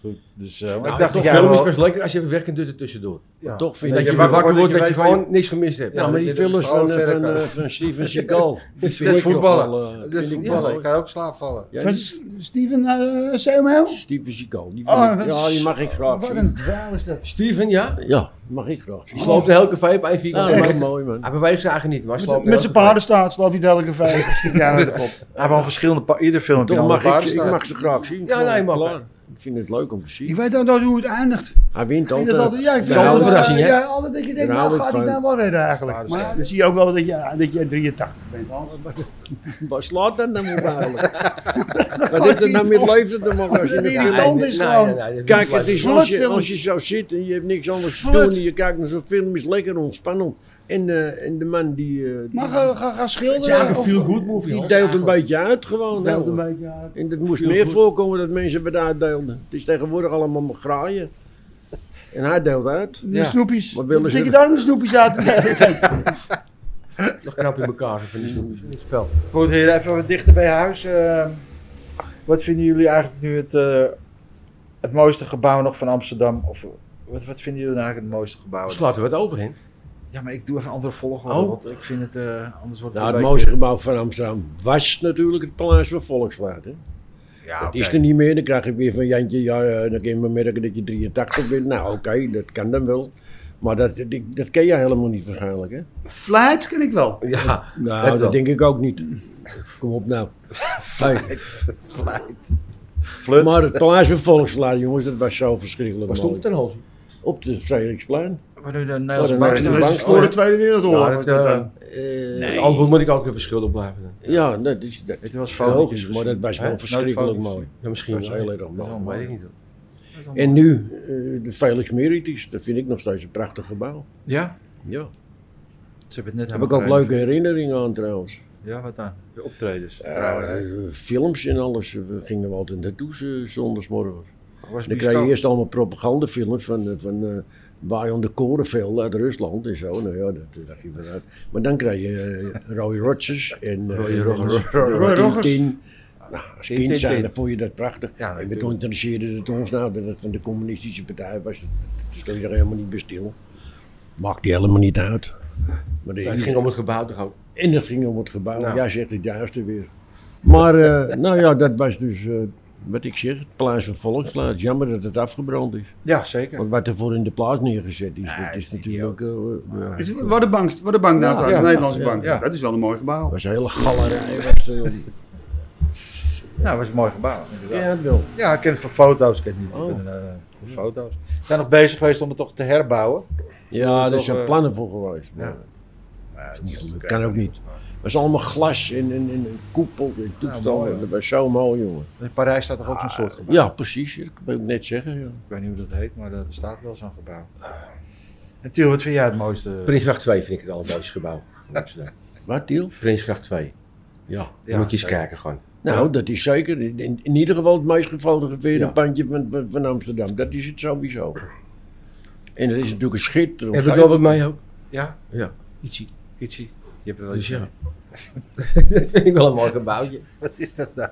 Speaker 4: Goed, dus eh, maar
Speaker 3: Nou,
Speaker 4: ik dacht
Speaker 3: toch,
Speaker 4: dat jij
Speaker 3: film is
Speaker 4: wel...
Speaker 3: best lekker als je even weg kunt doen er tussendoor.
Speaker 4: Ja.
Speaker 2: Toch vind
Speaker 3: Dat
Speaker 2: ik
Speaker 3: je
Speaker 4: je
Speaker 3: weer
Speaker 4: wakker
Speaker 3: wakker
Speaker 4: wordt,
Speaker 3: wordt, dat
Speaker 4: dat
Speaker 3: je
Speaker 4: je weet-
Speaker 3: gewoon niks gemist hebt.
Speaker 4: Ja,
Speaker 2: Ja, maar die
Speaker 4: dit is
Speaker 2: films
Speaker 4: vooral
Speaker 2: van, eh,
Speaker 4: verder
Speaker 2: van,
Speaker 4: kan.
Speaker 2: eh, van Steven Seagal. die vind
Speaker 4: Dit
Speaker 2: ik
Speaker 4: voetballen.
Speaker 2: nog wel, eh,
Speaker 4: Dit
Speaker 2: vind ik
Speaker 4: voetballen.
Speaker 2: wel-
Speaker 4: Ik kan ook slaapvallen.
Speaker 2: Ja,
Speaker 1: Van
Speaker 2: die-
Speaker 1: S- Steven eh, Samuel?
Speaker 2: Steven Seagal. Die, vind
Speaker 1: Oh,
Speaker 2: ik-
Speaker 1: wat
Speaker 2: ja, die
Speaker 1: een-
Speaker 2: mag ik graag
Speaker 1: Wat
Speaker 2: zien.
Speaker 1: een dwaal is dat.
Speaker 3: Steven, ja?
Speaker 2: Ja, mag ik graag zien.
Speaker 3: Die sloopt de hele café op één vierkante
Speaker 2: Ja, dat
Speaker 3: meter.
Speaker 2: is mooi man.
Speaker 3: Hij beweegt zich eigenlijk niet, maar hij sloopt
Speaker 1: Met zijn paardenstaat sloopt hij dadelijk een vijf. Ja, met de kop.
Speaker 4: We hebben al verschillende... pa- Ieder film heeft
Speaker 2: Toch
Speaker 4: een
Speaker 2: mag
Speaker 4: andere
Speaker 2: ik, ik
Speaker 4: paardenstaart.
Speaker 2: mag ze graag zien.
Speaker 3: Ja, nee, mag
Speaker 2: Klaar. Ik vind het leuk om te
Speaker 1: Ik
Speaker 2: zien.
Speaker 1: weet ook nooit hoe het eindigt. Ik
Speaker 2: Hij wint
Speaker 1: vind het altijd,
Speaker 2: altijd.
Speaker 1: ja, ik vind
Speaker 3: Daar
Speaker 1: het
Speaker 3: hou ik
Speaker 1: altijd,
Speaker 3: van,
Speaker 1: eh,
Speaker 3: hè?
Speaker 1: ja, altijd dat je denkt,
Speaker 2: Daar
Speaker 1: nou
Speaker 2: hou ik
Speaker 1: gaat hij
Speaker 2: van.
Speaker 1: nou wel redden eigenlijk. Maar dan zie je ook wel dat je, dat je 83 bent. Hans.
Speaker 2: Waar slaat dat nou op eigenlijk? Wat heeft het nou met leven te maken als je
Speaker 1: Nee,
Speaker 2: een
Speaker 1: die
Speaker 2: film-
Speaker 1: tand is gewoon-
Speaker 2: Kijk, het is als je,
Speaker 1: Flutfilms.
Speaker 2: als je zo zit en je hebt niks anders te
Speaker 1: Flut.
Speaker 2: doen. en Je kijkt naar zo'n film, is lekker ontspannend. En, eh, en de man die, eh, die-
Speaker 1: Maar ga, ga, ga
Speaker 3: Het is eigenlijk
Speaker 1: schilderen.
Speaker 3: een
Speaker 1: of-
Speaker 3: feel-good movie.
Speaker 2: die
Speaker 3: hoor.
Speaker 2: deelt een beetje uit gewoon.
Speaker 1: Deelt een
Speaker 2: hè.
Speaker 1: beetje uit.
Speaker 2: En dat moest
Speaker 3: Veel
Speaker 2: meer
Speaker 3: goed.
Speaker 2: voorkomen dat mensen wat uitdeelden. Het is tegenwoordig allemaal maar graaien. En hij deelt uit.
Speaker 1: De snoepjes.
Speaker 2: Wat willen ze?
Speaker 1: Zit je daar de snoepjes uit?
Speaker 3: Nog knap in elkaar, zo van die snoepjes in het spel.
Speaker 4: Goed, heren, even wat dichter bij huis. Eh, wat vinden jullie eigenlijk nu het, eh, het mooiste gebouw nog van Amsterdam? Of eh, wat, wat vinden jullie nou eigenlijk het mooiste gebouw?
Speaker 3: Slaat er wat over in.
Speaker 4: Ja, maar ik doe even een andere volgorde,
Speaker 3: Oh.
Speaker 4: want ik vind het eh, anders wordt het
Speaker 2: Nou, het
Speaker 4: een
Speaker 2: mooiste gebouw van Amsterdam was natuurlijk het Paleis van Volkswaard. Hè?
Speaker 4: beetje- Ja,
Speaker 2: dat
Speaker 4: oké.
Speaker 2: is er niet meer. Dan krijg ik weer van Jantje, ja, eh, dan kun je maar merken dat je 83 bent. Nou, oké, dat kan dan wel. Maar dat, dat, dat ken jij helemaal niet waarschijnlijk, hè?
Speaker 1: Fluit ken ik wel.
Speaker 3: Ja,
Speaker 2: Nou,
Speaker 3: Dat
Speaker 2: dat,
Speaker 3: wel.
Speaker 2: denk ik ook niet. Kom op nou. Hey,
Speaker 4: Flut.
Speaker 2: maar het Paleis van Volkswaard, jongens, dat was zo verschrikkelijk
Speaker 3: waar stond
Speaker 2: mooi.
Speaker 3: het dan, Hansie?
Speaker 2: Op de Frederiksplein.
Speaker 4: Waar nu de
Speaker 2: Wat
Speaker 4: Nederlandse
Speaker 2: een
Speaker 4: bank
Speaker 2: Nederlandse
Speaker 1: Dat is
Speaker 2: bank.
Speaker 1: voor de Tweede Wereldoorlog.
Speaker 3: Ja,
Speaker 1: was
Speaker 3: dat,
Speaker 1: dat
Speaker 3: eh,
Speaker 1: dan.
Speaker 2: Eh,
Speaker 3: Het antwoord moet ik ook even schuldig blijven. dan.
Speaker 2: Ja, nou, dat is dat.
Speaker 4: Weet je wel eens fotootjes
Speaker 2: Logisch, maar dat was
Speaker 4: gezien? Hè?
Speaker 2: wel
Speaker 4: Nooit
Speaker 2: verschrikkelijk
Speaker 4: foto's
Speaker 2: mooi.
Speaker 3: Ja, misschien
Speaker 2: Dat is
Speaker 3: wel.
Speaker 2: heel erg
Speaker 3: Dat
Speaker 2: mooi.
Speaker 3: weet ik niet. hoor.
Speaker 2: En nu, eh, de Felix Meritis, dat vind ik nog steeds een prachtig gebouw.
Speaker 4: Ja,
Speaker 2: Ja.
Speaker 4: ze hebben het net
Speaker 2: Daar heb ik ook leuke herinneringen aan trouwens.
Speaker 4: Ja, wat dan? De optredens.
Speaker 2: Trouwens, eh, films en alles, we gingen we altijd naartoe z- zondagsmorgen.
Speaker 4: was
Speaker 2: Dan krijg je eerst allemaal propagandafilms van, eh, van eh Bayon de Korenveld uit Rusland en zo. Nou ja, dat eh, dacht je vanuit. Maar dan krijg je eh, Roy Rogers en eh, en- en
Speaker 1: Roy Rogers.
Speaker 2: Tintin. Nou, als
Speaker 4: Tintin,
Speaker 2: kind zijn,
Speaker 4: Tintin.
Speaker 2: dan vond je dat prachtig.
Speaker 4: Ja,
Speaker 2: en
Speaker 4: natuurlijk.
Speaker 2: toen interesseerde het ons nou dat het van de communistische partij was. Dat- Toen stond je er helemaal niet bij stil. Maakt die helemaal niet uit. Maar de-
Speaker 3: Het ging om het gebouw toch ook.
Speaker 2: en dat ging om het gebouw.
Speaker 3: Nou.
Speaker 2: Jij zegt het juiste weer. Maar eh, nou ja, dat was dus eh, wat ik zeg, het Paleis van Volksplaats. Jammer dat het afgebrand is.
Speaker 4: Ja, zeker.
Speaker 2: Want wat er voor in de plaats neergezet is, dat
Speaker 4: dat
Speaker 2: is
Speaker 4: is
Speaker 2: natuurlijk... eh, ja.
Speaker 1: Is- Wat de bank, wat de bank nou, trouwens,
Speaker 4: ja,
Speaker 1: de Nederlandse
Speaker 2: ja,
Speaker 1: bank.
Speaker 4: ja.
Speaker 1: Dat is wel een mooi gebouw.
Speaker 2: was een hele galerij. Was er, joh.
Speaker 4: Ja, het was een mooi gebouw. inderdaad.
Speaker 2: ja, wel.
Speaker 4: Ja, ik ken het van foto's. Ik ken het niet.
Speaker 2: Oh.
Speaker 4: Ik ben, eh, van foto's. Ze zijn nog bezig geweest om het toch te herbouwen.
Speaker 2: ja, daar
Speaker 4: Toch,
Speaker 2: zijn
Speaker 4: eh,
Speaker 2: plannen voor geweest. maar
Speaker 4: ja.
Speaker 2: dat kan ook niet. Het was allemaal glas en, en, en een koepel en toestanden.
Speaker 4: mooi, hoor.
Speaker 2: dat was zo mooi, jongen.
Speaker 4: In Parijs staat toch ook zo'n soort gebouw?
Speaker 2: Ja, precies. Dat wil ik net zeggen. Ja.
Speaker 4: Ik weet niet hoe dat heet, maar er staat wel zo'n gebouw. En Tiel, wat vind jij het mooiste?
Speaker 3: Prinsgracht 2 vind ik het allermooiste gebouw. in Amsterdam.
Speaker 2: Wat, Tiel?
Speaker 3: Prinsgracht 2.
Speaker 2: Ja.
Speaker 4: Ja, eh,
Speaker 3: moet je eens
Speaker 4: zeker.
Speaker 3: kijken gewoon.
Speaker 2: Nou, dat is zeker. In, in- in ieder geval het meest gefotografeerde
Speaker 3: Ja.
Speaker 2: pandje van, van, van Amsterdam. Dat is het sowieso. En dat is natuurlijk een schitterend.
Speaker 3: Heb ik wel wat mij ook?
Speaker 4: Ja,
Speaker 3: Ja, ietsie.
Speaker 4: ietsie. Je hebt er wel
Speaker 3: Dus
Speaker 4: iets
Speaker 3: ja. dat vind ik wel een mooi gebouwtje.
Speaker 4: Wat is dat nou?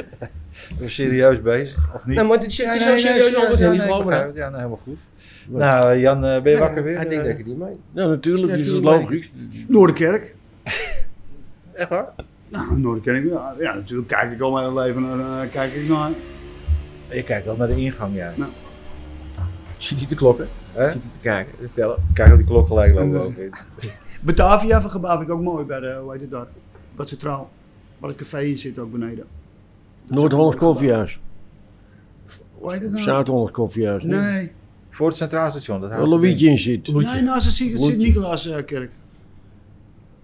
Speaker 4: We serieus bezig, of niet?
Speaker 3: Nou, maar dit is
Speaker 4: Ja,
Speaker 3: echt
Speaker 4: nee,
Speaker 3: zo
Speaker 4: nee,
Speaker 3: serieus
Speaker 4: ja,
Speaker 3: antwoord,
Speaker 4: ja,
Speaker 3: ja, niet
Speaker 4: nee,
Speaker 3: geloven.
Speaker 4: begrijp
Speaker 3: hè?
Speaker 4: het. Ja, nou, helemaal goed. Nou, Jan, eh, ben je wakker weer?
Speaker 3: Hij denkt
Speaker 4: Eh,
Speaker 3: dat ik het niet mee.
Speaker 2: Ja, Nou, natuurlijk,
Speaker 3: Ja,
Speaker 2: is dat
Speaker 3: tuurlijk.
Speaker 2: logisch.
Speaker 1: Noorderkerk.
Speaker 4: Echt waar?
Speaker 1: Nou, Noorderkerk, ja, ja, natuurlijk kijk ik al mijn hele leven naar, eh, kijk ik naar.
Speaker 4: Ik kijk wel naar de ingang, ja.
Speaker 3: Zie niet de klokken.
Speaker 4: Hè?
Speaker 3: Zit niet te kijken, te tellen.
Speaker 4: Ik Kijk op die klok gelijk lopen
Speaker 1: Dat is-
Speaker 4: ook in.
Speaker 1: Batavia van Gebouw vind ik ook mooi bij de, hoe heet het daar? Wat centraal. Waar het café in zit ook beneden.
Speaker 2: Noord-Hollands koffiehuis.
Speaker 1: Hoe heet het nou?
Speaker 2: Zuid-Hollands koffiehuis. Nee.
Speaker 1: Nee.
Speaker 4: Voor het Centraal Station, dat
Speaker 2: Waar
Speaker 4: houdt het in.
Speaker 2: Louietje in zit.
Speaker 1: Nee, naast het Sint- het
Speaker 2: Loetje.
Speaker 1: Sint-Nicolaaskerk.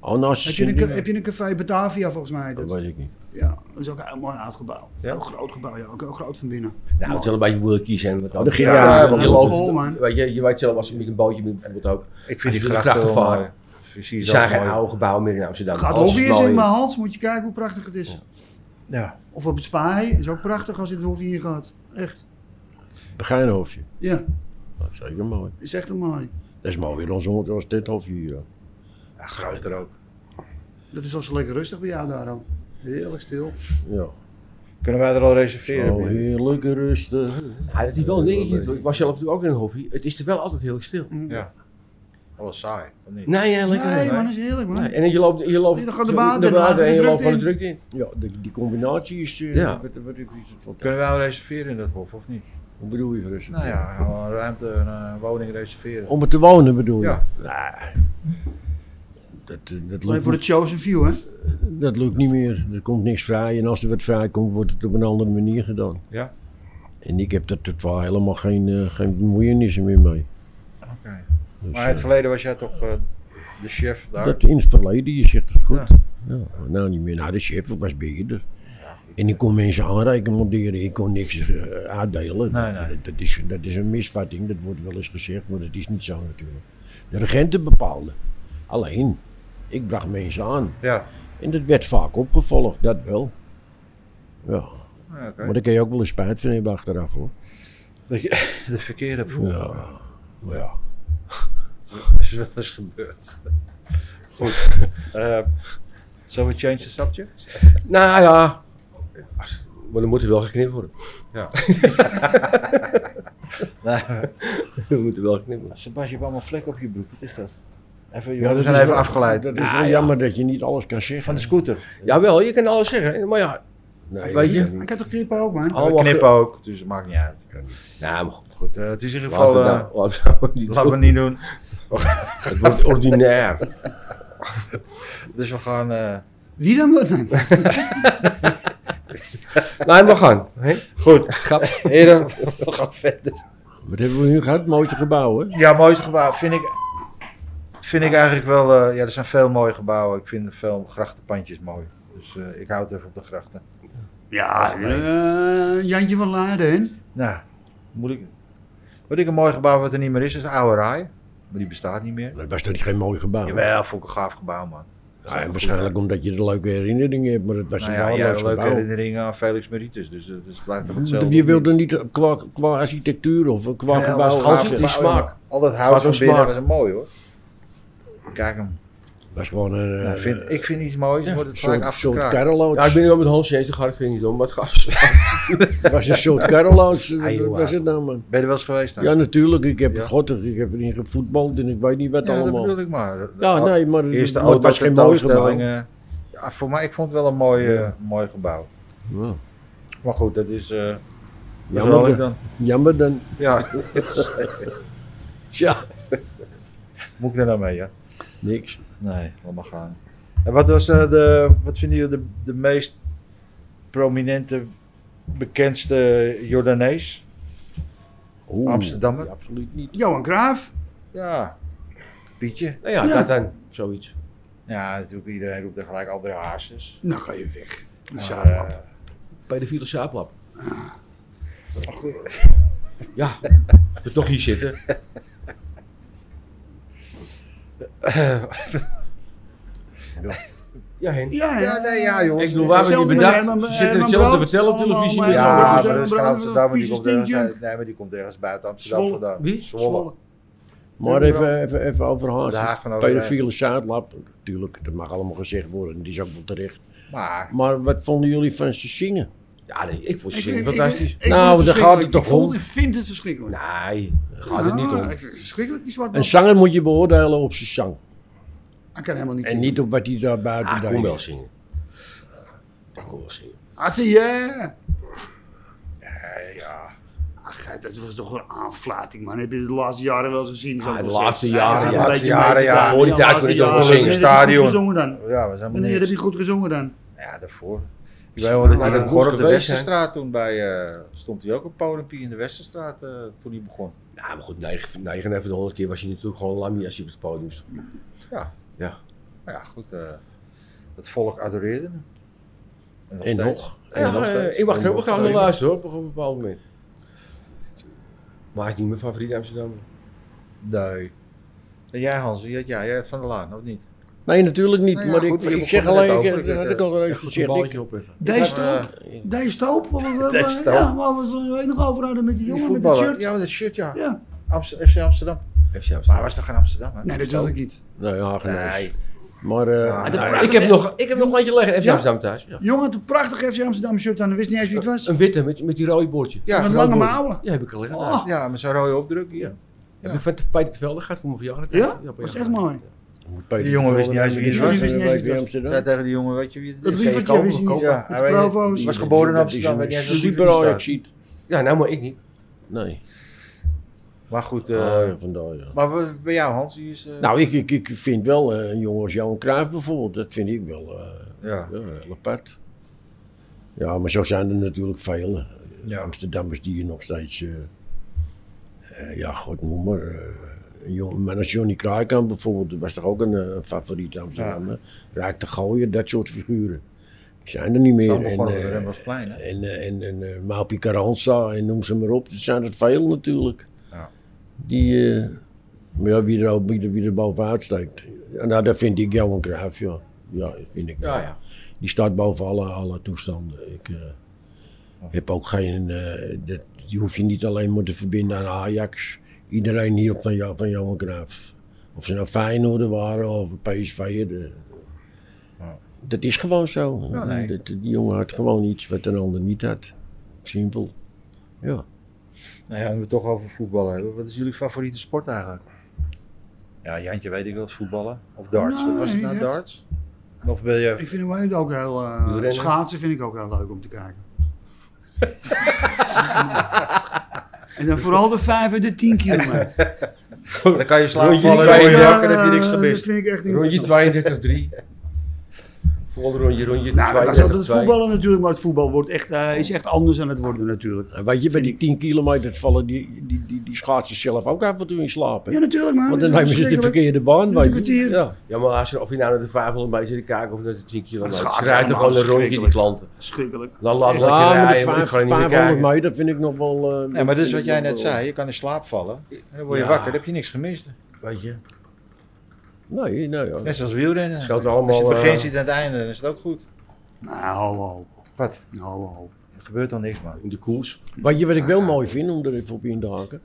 Speaker 2: Oh, naast
Speaker 1: Heb, je een
Speaker 2: Sint-
Speaker 1: ca- heb je een café Batavia volgens mij? heet
Speaker 2: Dat
Speaker 3: Oh,
Speaker 1: het.
Speaker 2: weet ik niet.
Speaker 1: Ja, dat is ook een heel mooi oud gebouw.
Speaker 4: Ja?
Speaker 1: Heel groot gebouw, ja. Ook heel groot van binnen.
Speaker 3: Nou, het is wel een beetje moeilijk kiezen. hè, want dan-
Speaker 2: dat ging-
Speaker 4: Ja,
Speaker 3: Ja,
Speaker 4: ja,
Speaker 3: want
Speaker 1: heel
Speaker 3: je loopt-
Speaker 1: vol, man.
Speaker 3: Weet je, je weet zelf als je met een bootje moet bijvoorbeeld ook.
Speaker 4: Ik vind die
Speaker 3: Als je door de
Speaker 4: gracht
Speaker 3: Ah, grachten
Speaker 4: wel
Speaker 3: vaart.
Speaker 4: mooi. Precies,
Speaker 3: Er
Speaker 4: dat
Speaker 3: zijn geen
Speaker 4: mooi.
Speaker 3: oude gebouwen meer in Amsterdam.
Speaker 1: Gaat
Speaker 3: Alles is
Speaker 1: Hofje eens
Speaker 3: mooi.
Speaker 1: in mijn hand, moet je kijken hoe prachtig het is.
Speaker 4: Ja.
Speaker 1: Of op het Spaai, is ook prachtig als je het Hofje hier gaat. Echt.
Speaker 2: Begijnhoofdje.
Speaker 1: Ja,
Speaker 2: Dat is zeker mooi.
Speaker 1: is echt een mooi.
Speaker 2: Dat is mooi weer ons hond als dit half hier. ook.
Speaker 4: Ja, groter ook.
Speaker 1: Dat is al zo lekker rustig bij jou daar al. Heerlijk stil.
Speaker 2: Ja.
Speaker 4: Kunnen wij er al reserveren?
Speaker 2: Oh, heerlijk rustig.
Speaker 3: Ja, dat is wel een dingetje. Ik was zelf natuurlijk ook in een hobby. Het is er wel altijd heel stil.
Speaker 4: Ja. Alles Oh, saai, of niet?
Speaker 3: Nee, ja, lekker.
Speaker 1: Nee
Speaker 3: Nee.
Speaker 1: man, is heerlijk man.
Speaker 3: En je loopt, je loopt
Speaker 1: Nee, dan gaat de baan in, laat
Speaker 3: en
Speaker 1: de
Speaker 3: je loopt
Speaker 1: drukte
Speaker 3: gewoon de drukte in.
Speaker 2: Ja, die, die combinatie is. eh,
Speaker 3: Ja.
Speaker 2: Wat, wat is het fantastisch.
Speaker 4: Kunnen wij al reserveren in dat hof, of niet?
Speaker 2: Wat bedoel je rustig?
Speaker 4: Nou ja, gewoon een ruimte, een eh, woning reserveren.
Speaker 2: Om er te wonen bedoel je?
Speaker 4: Ja.
Speaker 2: Nou, dat, eh, dat,
Speaker 1: Alleen
Speaker 2: lukt,
Speaker 1: voor de Chosen View hè.
Speaker 2: niet- dat lukt niet meer. Er komt niks vrij. En als er wat vrij komt, wordt het op een andere manier gedaan.
Speaker 4: Ja.
Speaker 2: En ik heb daar totaal helemaal geen, eh, geen bemoeienissen meer mee.
Speaker 4: Oké.
Speaker 2: Dus,
Speaker 4: Maar in het
Speaker 2: eh,
Speaker 4: verleden was jij toch eh, de chef daar?
Speaker 2: dat in het verleden, je zegt het goed.
Speaker 4: Ja.
Speaker 2: Ja. maar nou niet meer. Nou, de chef was beheerder. En ik kon mensen aanreiken, monteren. Ik kon niks eh, uitdelen.
Speaker 4: Nee, nee.
Speaker 2: Dat, dat is, dat is een misvatting. Dat wordt wel eens gezegd, maar dat is niet zo natuurlijk. De regenten bepaalden. Alleen, ik bracht mensen aan.
Speaker 4: Ja.
Speaker 2: En dat werd vaak opgevolgd, dat wel. Ja,
Speaker 4: Ja, oké.
Speaker 2: maar daar kun je ook wel eens spijt van hebben achteraf hoor.
Speaker 4: Dat je de verkeerde voelt.
Speaker 2: Ja, maar ja.
Speaker 4: Dat is wel eens gebeurd. Goed. Eh zullen we change the subject?
Speaker 3: Nou ja, Als- maar dan moet er wel geknipt worden.
Speaker 4: Ja.
Speaker 3: Er moet er wel geknipt worden.
Speaker 4: Sebastian, je hebt allemaal vlek op je broek. Wat is dat? Even,
Speaker 2: Ja,
Speaker 4: we
Speaker 2: dat
Speaker 4: zijn
Speaker 2: is
Speaker 4: even
Speaker 2: wel-
Speaker 4: afgeleid.
Speaker 2: Dat is wel jammer dat je niet alles kan
Speaker 4: Van
Speaker 2: zeggen.
Speaker 4: de scooter.
Speaker 3: Jawel, je kan alles zeggen. Maar ja,
Speaker 2: Nee,
Speaker 3: Weet je?
Speaker 1: Ik had toch knippen ook man.
Speaker 3: Oh,
Speaker 4: we
Speaker 3: wacht.
Speaker 4: knippen ook, dus het maakt niet uit.
Speaker 3: nou, maar goed.
Speaker 4: Goed, eh, het is in ieder
Speaker 3: Laten
Speaker 4: geval...
Speaker 3: we
Speaker 4: eh,
Speaker 3: nou- laten we nou niet
Speaker 4: Laten we
Speaker 3: doen.
Speaker 4: het niet doen.
Speaker 3: Het wordt ordinair.
Speaker 4: Dus we gaan... eh,
Speaker 1: Wie dan wat? Nee.
Speaker 3: Laat maar gaan. hè?
Speaker 4: Goed,
Speaker 3: Grap.
Speaker 4: heren, we gaan verder.
Speaker 2: Wat hebben we nu gehad? Het mooiste gebouw hè?
Speaker 4: Ja, mooiste gebouw vind ik, vind ik eigenlijk wel... eh, ja, er zijn veel mooie gebouwen. Ik vind veel grachtenpandjes mooi. Dus eh, ik hou het even op de grachten.
Speaker 1: Ja, eh, Jantje van Laarden hè.
Speaker 4: Nou, moet ik... Wat ik een mooi gebouw wat er niet meer is, is de oude Rai. Maar die bestaat niet meer.
Speaker 2: Dat was toch geen mooi gebouw?
Speaker 4: Jawel, vond ik een gaaf gebouw, man.
Speaker 2: Ja, en waarschijnlijk omdat je er leuke herinneringen hebt, maar het was
Speaker 4: Nou
Speaker 2: een
Speaker 4: ja, jij
Speaker 2: waardeloos
Speaker 4: hebt leuke
Speaker 2: gebouw.
Speaker 4: herinneringen aan Felix Meritus, dus eh, dus het blijft toch hetzelfde.
Speaker 2: Je wilde niet qua, qua architectuur of qua
Speaker 4: Ja,
Speaker 2: gebouw.
Speaker 4: was gaaf
Speaker 3: als je- die
Speaker 4: gebouw,
Speaker 3: smaak.
Speaker 4: man. Al dat
Speaker 3: Wat
Speaker 4: hout van
Speaker 3: een
Speaker 4: binnen
Speaker 3: smaak.
Speaker 4: was mooi, hoor. Kijk hem.
Speaker 2: was gewoon een,
Speaker 4: Nou,
Speaker 2: eh,
Speaker 4: vind, ik vind iets moois, wordt
Speaker 2: een
Speaker 4: het vaak
Speaker 2: soort, soort
Speaker 4: afgekraakt.
Speaker 2: karreloods.
Speaker 3: Ja, ik ben nu wel met Hans Jezus, dat vind ik niet om, maar het gaat.
Speaker 2: Het was een soort karreloods.
Speaker 4: Ah, joh,
Speaker 2: Wat was het nou man?
Speaker 4: Ben je er wel eens geweest? Dan?
Speaker 2: Ja, natuurlijk. Ik heb,
Speaker 4: Ja.
Speaker 2: God, ik heb erin gevoetbald en ik weet niet wat
Speaker 4: Ja, dat
Speaker 2: allemaal.
Speaker 4: bedoel ik maar.
Speaker 2: Ja, nee, maar,
Speaker 4: Eerst de
Speaker 2: maar het
Speaker 4: auto
Speaker 2: was geen mooi gebouw.
Speaker 4: tentoonstellingen. Ja, voor mij, ik vond het wel een mooi, eh, mooi gebouw.
Speaker 2: Ja.
Speaker 4: Maar goed, dat is... eh
Speaker 2: Ja,
Speaker 4: dat zal
Speaker 2: maar
Speaker 4: ik
Speaker 2: de-
Speaker 4: dan.
Speaker 2: Jammer dan.
Speaker 4: Ja,
Speaker 2: Tja,
Speaker 4: moet ik daar nou mee, ja?
Speaker 2: niks.
Speaker 4: Nee, laat maar gaan. En wat, was, eh, de, wat vinden jullie de, de meest prominente, bekendste Jordanees?
Speaker 2: Oeh,
Speaker 4: Amsterdammer?
Speaker 2: ja, absoluut niet.
Speaker 1: Johan Cruijff.
Speaker 4: Ja, Pietje.
Speaker 3: Nou ja,
Speaker 1: Ja.
Speaker 3: dat dan. Zoiets.
Speaker 4: Ja, natuurlijk, iedereen roept er gelijk André Hazes.
Speaker 1: Nou ga je weg.
Speaker 4: Maar,
Speaker 1: Zaterdag.
Speaker 4: eh,
Speaker 3: Pedofiele saaplap. Ah. Ja, als we toch hier zitten. Ja, Henk.
Speaker 1: Ja,
Speaker 4: ja, nee, ja, jongens.
Speaker 3: Ik bedoel, waar we die bedacht,
Speaker 6: eh,
Speaker 3: ze zitten hetzelfde te vertellen op televisie.
Speaker 1: Ja,
Speaker 3: met
Speaker 4: Ja,
Speaker 3: z'n
Speaker 4: maar
Speaker 3: allen.
Speaker 4: dat is geen
Speaker 1: Brabant-
Speaker 4: Amsterdam,
Speaker 3: eh,
Speaker 4: die
Speaker 1: vieze
Speaker 4: komt ergens
Speaker 1: stinkjunk.
Speaker 4: uit- nee, maar die komt ergens buiten Amsterdam
Speaker 3: Zwolle.
Speaker 4: vandaan.
Speaker 3: Wie?
Speaker 4: Zwolle.
Speaker 2: Maar even, even, even over
Speaker 4: De Haag
Speaker 2: Haas.
Speaker 4: van Overijssel.
Speaker 2: Pedofiele Zuidlap, natuurlijk, dat mag allemaal gezegd worden, die is ook wel terecht.
Speaker 4: Maar
Speaker 2: Maar wat vonden jullie van ze zingen?
Speaker 3: Ja, nee, ik vond
Speaker 6: Ik-
Speaker 3: ze
Speaker 6: ik- ik-
Speaker 3: fantastisch.
Speaker 6: ik vond
Speaker 2: Nou, daar
Speaker 6: verschrikkelijk.
Speaker 2: gaat het toch
Speaker 6: Ik vond-
Speaker 2: om?
Speaker 6: Ik vind het verschrikkelijk.
Speaker 3: Nou, Nee, daar gaat het niet
Speaker 6: Ah,
Speaker 3: om.
Speaker 6: ik vind het Verschrikkelijk, die zwarte
Speaker 2: Een
Speaker 6: man.
Speaker 2: zanger moet je beoordelen op zijn zang.
Speaker 6: Hij kan helemaal niet
Speaker 2: En niet op wat hij daar buiten
Speaker 3: Ah, ik
Speaker 2: deed.
Speaker 3: kon wel zingen. Ik kon wel zingen.
Speaker 6: Ah, zie je. ja. Ach, dat was toch een aanflating, man. Heb je de laatste jaren wel eens gezien? zo'n
Speaker 3: Ah, de
Speaker 6: concert?
Speaker 3: laatste
Speaker 6: Ja,
Speaker 3: jaren,
Speaker 6: dat is
Speaker 3: ja.
Speaker 6: een
Speaker 4: Laatste
Speaker 6: beetje
Speaker 4: jaren,
Speaker 6: meegedaan.
Speaker 4: ja.
Speaker 3: Voor die tijd
Speaker 6: laatste
Speaker 3: kon ik toch wel
Speaker 6: jaren.
Speaker 3: zingen.
Speaker 6: Wanneer heb je goed
Speaker 4: Stadion.
Speaker 6: gezongen dan?
Speaker 4: ja, we zijn maar
Speaker 6: Wanneer heb
Speaker 4: niks.
Speaker 6: je goed gezongen dan?
Speaker 4: Ja, daarvoor. Ik weet wel dat hij
Speaker 3: dat
Speaker 4: dat
Speaker 3: moet
Speaker 4: op de
Speaker 3: geweest
Speaker 4: Westerstraat toen bij... eh, stond hij ook op podiumpie in de Westerstraat eh, toen hij begon.
Speaker 3: Nou, maar goed, 9, 9 even de 100 keer was je natuurlijk gewoon lamie als je op het podium stond.
Speaker 4: Ja.
Speaker 3: Ja.
Speaker 4: Maar ja, goed. eh, het volk adoreerde hem. nog
Speaker 2: En
Speaker 4: steeds.
Speaker 2: nog.
Speaker 3: Ja,
Speaker 4: nog
Speaker 3: eh,
Speaker 4: steeds.
Speaker 3: ik wacht er ook
Speaker 4: nog
Speaker 3: graag naar
Speaker 4: steeds.
Speaker 3: luisteren hoor, op een bepaald moment. Maar hij is niet mijn favoriet Amsterdam.
Speaker 4: Nee. En jij Hans, wie had jij? Jij had Van der Laan, of niet?
Speaker 2: Nee, natuurlijk niet.
Speaker 4: Nou ja,
Speaker 2: maar
Speaker 4: goed, je
Speaker 2: ik, ik
Speaker 4: begon
Speaker 2: zeg
Speaker 4: er net
Speaker 2: alleen,
Speaker 4: over.
Speaker 2: ik,
Speaker 4: Ik,
Speaker 2: dat had ik
Speaker 4: eh,
Speaker 2: al even
Speaker 3: Goed, een
Speaker 2: gezegd.
Speaker 3: balletje
Speaker 2: Ik,
Speaker 3: opheffen.
Speaker 6: Dijs
Speaker 4: Eh,
Speaker 6: Stoop? Dijs Stoop? Wat- wat- wat-
Speaker 4: Dijs Stoop.
Speaker 6: Ja, waar we zo nog over hadden met die
Speaker 4: Die
Speaker 6: jongen met dat
Speaker 4: voetballer.
Speaker 6: shirt.
Speaker 4: Ja, met dat shirt, ja.
Speaker 6: Ja.
Speaker 4: Amst- FC Amsterdam.
Speaker 3: FC
Speaker 4: Maar hij
Speaker 3: Amsterdam.
Speaker 4: was toch geen Amsterdam?
Speaker 6: Nee, dat wilde ik niet.
Speaker 2: nou ja, genees.
Speaker 4: Nee.
Speaker 2: Maar eh,
Speaker 4: Ja,
Speaker 2: nee,
Speaker 3: ik, heb nog, ik heb nog een eentje liggen, FC
Speaker 6: Ja.
Speaker 3: Amsterdam thuis. Ja.
Speaker 6: Jongen, had een prachtig FC Amsterdam shirt aan. Dan wist niet eens wie het was.
Speaker 3: Een witte met, met die rode boordje.
Speaker 4: Ja,
Speaker 6: Met lange mouwen.
Speaker 3: Ja, heb ik al liggen.
Speaker 6: Oh.
Speaker 4: Ja, met zo'n rode opdruk. Ja.
Speaker 3: Heb ik van Peter de Velde gehad voor mijn verjaardag.
Speaker 6: Ja?
Speaker 3: op een
Speaker 6: Was
Speaker 3: jaar.
Speaker 6: echt mooi.
Speaker 2: moet Peter
Speaker 4: Die jongen wist
Speaker 2: Vervelde
Speaker 4: niet eens wie het was.
Speaker 2: weten
Speaker 6: Die wist niet eens wie het was.
Speaker 2: Amsterdam.
Speaker 4: Zei tegen die jongen, weet je wie dit
Speaker 6: Dat
Speaker 4: is?
Speaker 6: lievertje wist je niet.
Speaker 4: Ja,
Speaker 6: Met
Speaker 4: hij
Speaker 6: de
Speaker 4: weet-
Speaker 6: provo's.
Speaker 4: was geboren in
Speaker 2: Dat
Speaker 4: Amsterdam,
Speaker 2: is
Speaker 4: weet
Speaker 2: een
Speaker 4: niet eens wie
Speaker 2: super
Speaker 4: die staat.
Speaker 2: Ajaxiet.
Speaker 3: Ja, nou, maar ik niet.
Speaker 2: Nee,
Speaker 4: Maar goed, eh,
Speaker 2: Ah, ja, vandaar ja.
Speaker 4: maar wat- bij jou Hans, die is... eh,
Speaker 2: Nou, ik, ik, ik vind wel eh, een jongen als Johan Cruijff bijvoorbeeld, dat vind ik wel eh,
Speaker 4: ja.
Speaker 2: ja, heel apart. Ja, maar zo zijn er natuurlijk veel. eh,
Speaker 4: Ja.
Speaker 2: Amsterdammers die je nog steeds, eh, eh, ja, god noem maar. eh, een jongen, maar als Johnny Kraaikamp bijvoorbeeld, dat was toch ook een eh, favoriet Amsterdammer. Raak te gooien, dat soort figuren. Die zijn er niet meer.
Speaker 4: Zo
Speaker 2: En,
Speaker 4: begonnen we
Speaker 2: eh,
Speaker 4: bij Rembrandtsplein, hè?
Speaker 2: en, eh, en, en eh, Maupi Carranza en noem ze maar op. Dat zijn er veel natuurlijk.
Speaker 4: Ja.
Speaker 2: Die, eh maar ja, wie er, al- wie er, wie er bovenuit steekt. Ja, nou, dat vind ik Johan Cruijff, ja. Ja, dat vind ik.
Speaker 3: Ja, ja.
Speaker 2: Die staat boven alle, alle toestanden. Ik eh, heb ook geen... eh, dat, die hoef je niet alleen maar te verbinden aan Ajax. Iedereen hield van, Jo- van Johan Cruijff. Of ze nou Feyenoorder waren of PSV'er.
Speaker 4: Ja.
Speaker 2: eh. Dat is gewoon zo.
Speaker 4: Ja, nee.
Speaker 2: Dat- die jongen had gewoon iets wat een ander niet had. Simpel. Ja.
Speaker 4: Nou ja, nu we het toch over voetballen hebben. Wat is jullie favoriete sport eigenlijk? Ja, Jantje weet ik wel, voetballen. Of darts.
Speaker 6: Nee,
Speaker 4: Wat was het nou,
Speaker 6: niet echt.
Speaker 4: darts? Of wil je...
Speaker 6: Ik vind hem ook heel... eh,
Speaker 3: Wielrennen.
Speaker 6: schaatsen vind ik ook heel leuk om te kijken. en dan vooral de 5 en de 10 kilometer.
Speaker 4: Dan kan je slapen
Speaker 3: Rondje
Speaker 4: vallen,
Speaker 3: twee,
Speaker 4: word je
Speaker 3: ja,
Speaker 4: wakker, heb je niks
Speaker 6: Dat
Speaker 4: gemist.
Speaker 6: vind ik echt niet.
Speaker 3: Rondje 32-3. Vol rondje, rondje
Speaker 6: Nou, dat was altijd het
Speaker 3: 32-2.
Speaker 6: voetballen natuurlijk, maar het voetbal wordt echt, eh, is echt anders aan het worden natuurlijk.
Speaker 2: En weet je, bij die 10 kilometer vallen die, die, die, die schaatsen zelf ook af en toe in slaap. hè?
Speaker 6: Ja, natuurlijk man.
Speaker 2: Want dan
Speaker 6: Dat
Speaker 2: nemen
Speaker 6: is
Speaker 2: ze de
Speaker 6: verschrikkelijk.
Speaker 2: verkeerde baan.
Speaker 6: Een
Speaker 2: weet je.
Speaker 6: kwartier.
Speaker 2: Ja.
Speaker 3: Ja, maar als je, of je nou naar de 500 bij zit te kijken of naar de 10 kilometer.
Speaker 6: schaatsen
Speaker 3: Ze rijden toch gewoon een
Speaker 6: allemaal
Speaker 3: rondje die klanten.
Speaker 6: Verschrikkelijk.
Speaker 3: Dan laat dat je
Speaker 2: Ja, Ah, maar de
Speaker 3: rijden, maar ik
Speaker 2: vijf-
Speaker 3: ga er niet meer
Speaker 2: 500
Speaker 3: kijken.
Speaker 2: meter vind ik nog wel... eh,
Speaker 4: Nee, maar dat is
Speaker 2: vind
Speaker 4: wat
Speaker 2: ik
Speaker 4: jij
Speaker 2: nog
Speaker 4: net
Speaker 2: wel-
Speaker 4: zei. Je kan in slaap vallen. En dan word je
Speaker 3: Ja.
Speaker 4: wakker, dan heb je niks gemist.
Speaker 3: Weet je, het
Speaker 2: Nee, nee. Ja.
Speaker 4: Net zoals wielrennen.
Speaker 3: scheelt
Speaker 4: Als je
Speaker 3: allemaal...
Speaker 4: het begin
Speaker 3: eh,
Speaker 4: ziet en het einde, dan is het ook goed.
Speaker 6: Nou, ho, ho.
Speaker 4: Wat?
Speaker 6: Ho, ho.
Speaker 4: Er gebeurt al niks, man.
Speaker 3: in de koers.
Speaker 2: Weet je wat ik wel
Speaker 4: Ah.
Speaker 2: mooi vind, om er even op in te haken?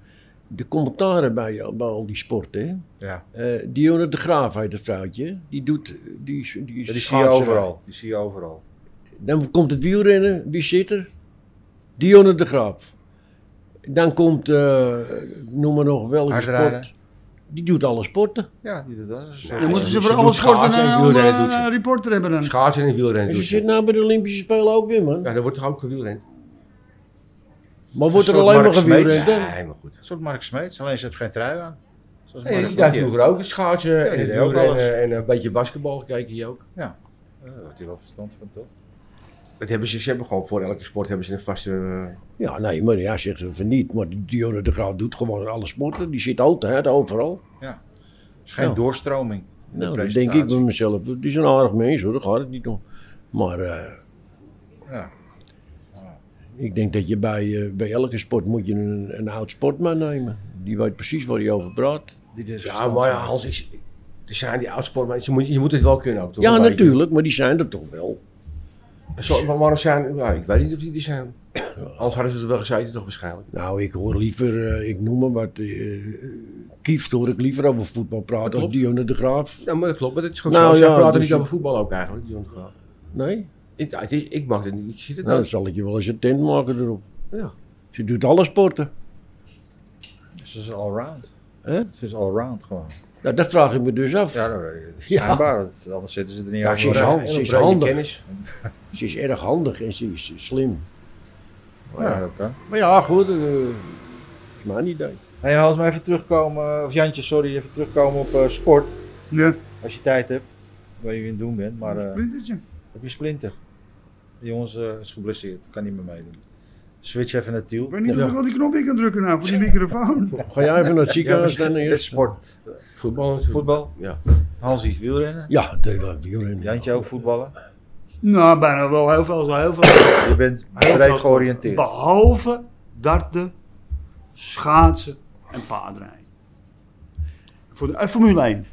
Speaker 2: De commentaren bij, bij al die sporten. hè.
Speaker 4: Ja.
Speaker 2: Eh, Dionne de Graaf heet dat vrouwtje. hè. Die doet... Die, is- die, is
Speaker 4: Die zie je
Speaker 2: schaatser.
Speaker 4: overal. Die zie je overal.
Speaker 2: Dan komt het wielrennen. Wie zit er? Dionne de Graaf. Dan komt, eh, noem maar nog welke
Speaker 4: Hardrijden.
Speaker 2: sport. Die doet alle sporten.
Speaker 4: Ja, die doet dat. Dat is een soort-
Speaker 6: Dan moeten
Speaker 3: ze
Speaker 6: ze
Speaker 3: doet
Speaker 6: voor alle sporten
Speaker 3: schaatsen en
Speaker 6: een
Speaker 3: wielrennen doet
Speaker 6: andere,
Speaker 3: ze.
Speaker 6: eh, reporter hebben dan.
Speaker 3: Schaatsen en wielrennen
Speaker 2: En ze
Speaker 3: doen ze.
Speaker 2: zit nou bij de Olympische Spelen ook weer, man.
Speaker 3: Ja, dan wordt toch ook gewielrend?
Speaker 2: Maar wordt er
Speaker 4: soort
Speaker 2: alleen maar
Speaker 4: Mark Smeets.
Speaker 2: gewielrend? hè?
Speaker 3: Nee, maar goed.
Speaker 4: een soort Mark Smeets, alleen ze heeft geen trui aan. Zoals
Speaker 3: Nee,
Speaker 4: Mark
Speaker 3: die deed
Speaker 4: Smeets.
Speaker 3: vroeger ook het schaatsen
Speaker 4: die
Speaker 3: en, het
Speaker 4: deed ook alles.
Speaker 3: wielrennen en een beetje basketbal keken je ook.
Speaker 4: Ja, Eh, Daar heeft hij wel verstand van, toch?
Speaker 3: Dat hebben ze, ze hebben gewoon voor elke sport hebben ze een vaste... eh,
Speaker 2: Ja, nee, maar ja, zegt ze van niet. Maar Dionne de Graaf doet gewoon alle sporten. Die zit altijd, overal.
Speaker 4: Het is geen
Speaker 2: Ja.
Speaker 4: doorstroming. in de
Speaker 2: Nou, dat denk ik bij
Speaker 4: presentatie.
Speaker 2: mezelf. Die is een aardig mens hoor, daar gaat het niet om. Maar eh,
Speaker 4: Ja.
Speaker 2: ik denk dat je bij, eh, bij elke sport moet je een, een oud sportman nemen. Die weet precies waar hij over praat.
Speaker 4: Die er
Speaker 3: Ja,
Speaker 4: verstand
Speaker 3: maar ja,
Speaker 4: van heeft.
Speaker 3: Hans, ik, er zijn die oudsportmensen, je moet, je moet het wel kunnen ook toch?
Speaker 2: ja,
Speaker 3: een beetje.
Speaker 2: natuurlijk, maar die zijn er toch wel.
Speaker 3: Zo, maar waarom zijn, ja, ik weet niet of die er zijn. Anders hadden ze het wel gezeten toch waarschijnlijk.
Speaker 2: Nou, ik hoor liever, eh, ik noem maar wat, eh Kieft hoor ik liever over voetbal praten dan
Speaker 3: klopt.
Speaker 2: Dionne de Graaf.
Speaker 3: Ja, maar dat klopt. Maar dat is gewoon
Speaker 2: Nou
Speaker 3: zo. Zij
Speaker 2: ja,
Speaker 3: praten
Speaker 2: dus
Speaker 3: niet
Speaker 2: je-
Speaker 3: over voetbal ook eigenlijk. die jongen.
Speaker 2: Nee?
Speaker 3: Ik, ja, het is- ik mag dit niet. Ik zie het
Speaker 2: Nou,
Speaker 3: nou.
Speaker 2: dan zal ik je wel eens een tent maken erop.
Speaker 3: Ja.
Speaker 2: Ze doet alle sporten.
Speaker 4: Ze is allround.
Speaker 2: Hè?
Speaker 4: Ze is allround gewoon.
Speaker 2: Nou, dat vraag ik me dus af.
Speaker 4: Ja, nou, eh, schijnbaar. want Anders zitten ze er niet
Speaker 2: Ja,
Speaker 4: aan.
Speaker 2: ze is, hand-
Speaker 3: En
Speaker 2: ze is
Speaker 3: brede
Speaker 2: handig.
Speaker 3: kennis.
Speaker 2: Ze is erg handig en ze is slim.
Speaker 4: Ja, dat kan.
Speaker 2: Maar ja, goed, eh, is mijn idee.
Speaker 4: Hey, Hans, maar even terugkomen, of Jantje, sorry, even terugkomen op eh, sport.
Speaker 1: Ja,
Speaker 4: Als je tijd hebt, waar je in doen bent. Maar eh,
Speaker 1: splintertje.
Speaker 4: heb je splinter? De jongens eh, is geblesseerd, kan niet meer meedoen. Switch even naar Tiel.
Speaker 1: Ik weet niet
Speaker 2: Ja.
Speaker 1: of ik wel die knop in kan drukken nou voor die microfoon.
Speaker 2: Ga jij even naar het
Speaker 4: Ja,
Speaker 2: ziekenhuis dan
Speaker 4: maar-
Speaker 2: eerst?
Speaker 4: sport.
Speaker 3: Voetbal natuurlijk.
Speaker 4: Voetbal.
Speaker 3: Ja.
Speaker 4: Hansie, wielrennen.
Speaker 2: Ja, dat dat wielrennen.
Speaker 4: Jantje ook voetballen.
Speaker 1: nou, bijna wel heel veel. Heel veel
Speaker 4: Je bent
Speaker 1: heel
Speaker 4: breed
Speaker 1: veel-
Speaker 4: georiënteerd.
Speaker 1: Behalve darten, schaatsen en paardrijden. Voor de, eh, Formule 1.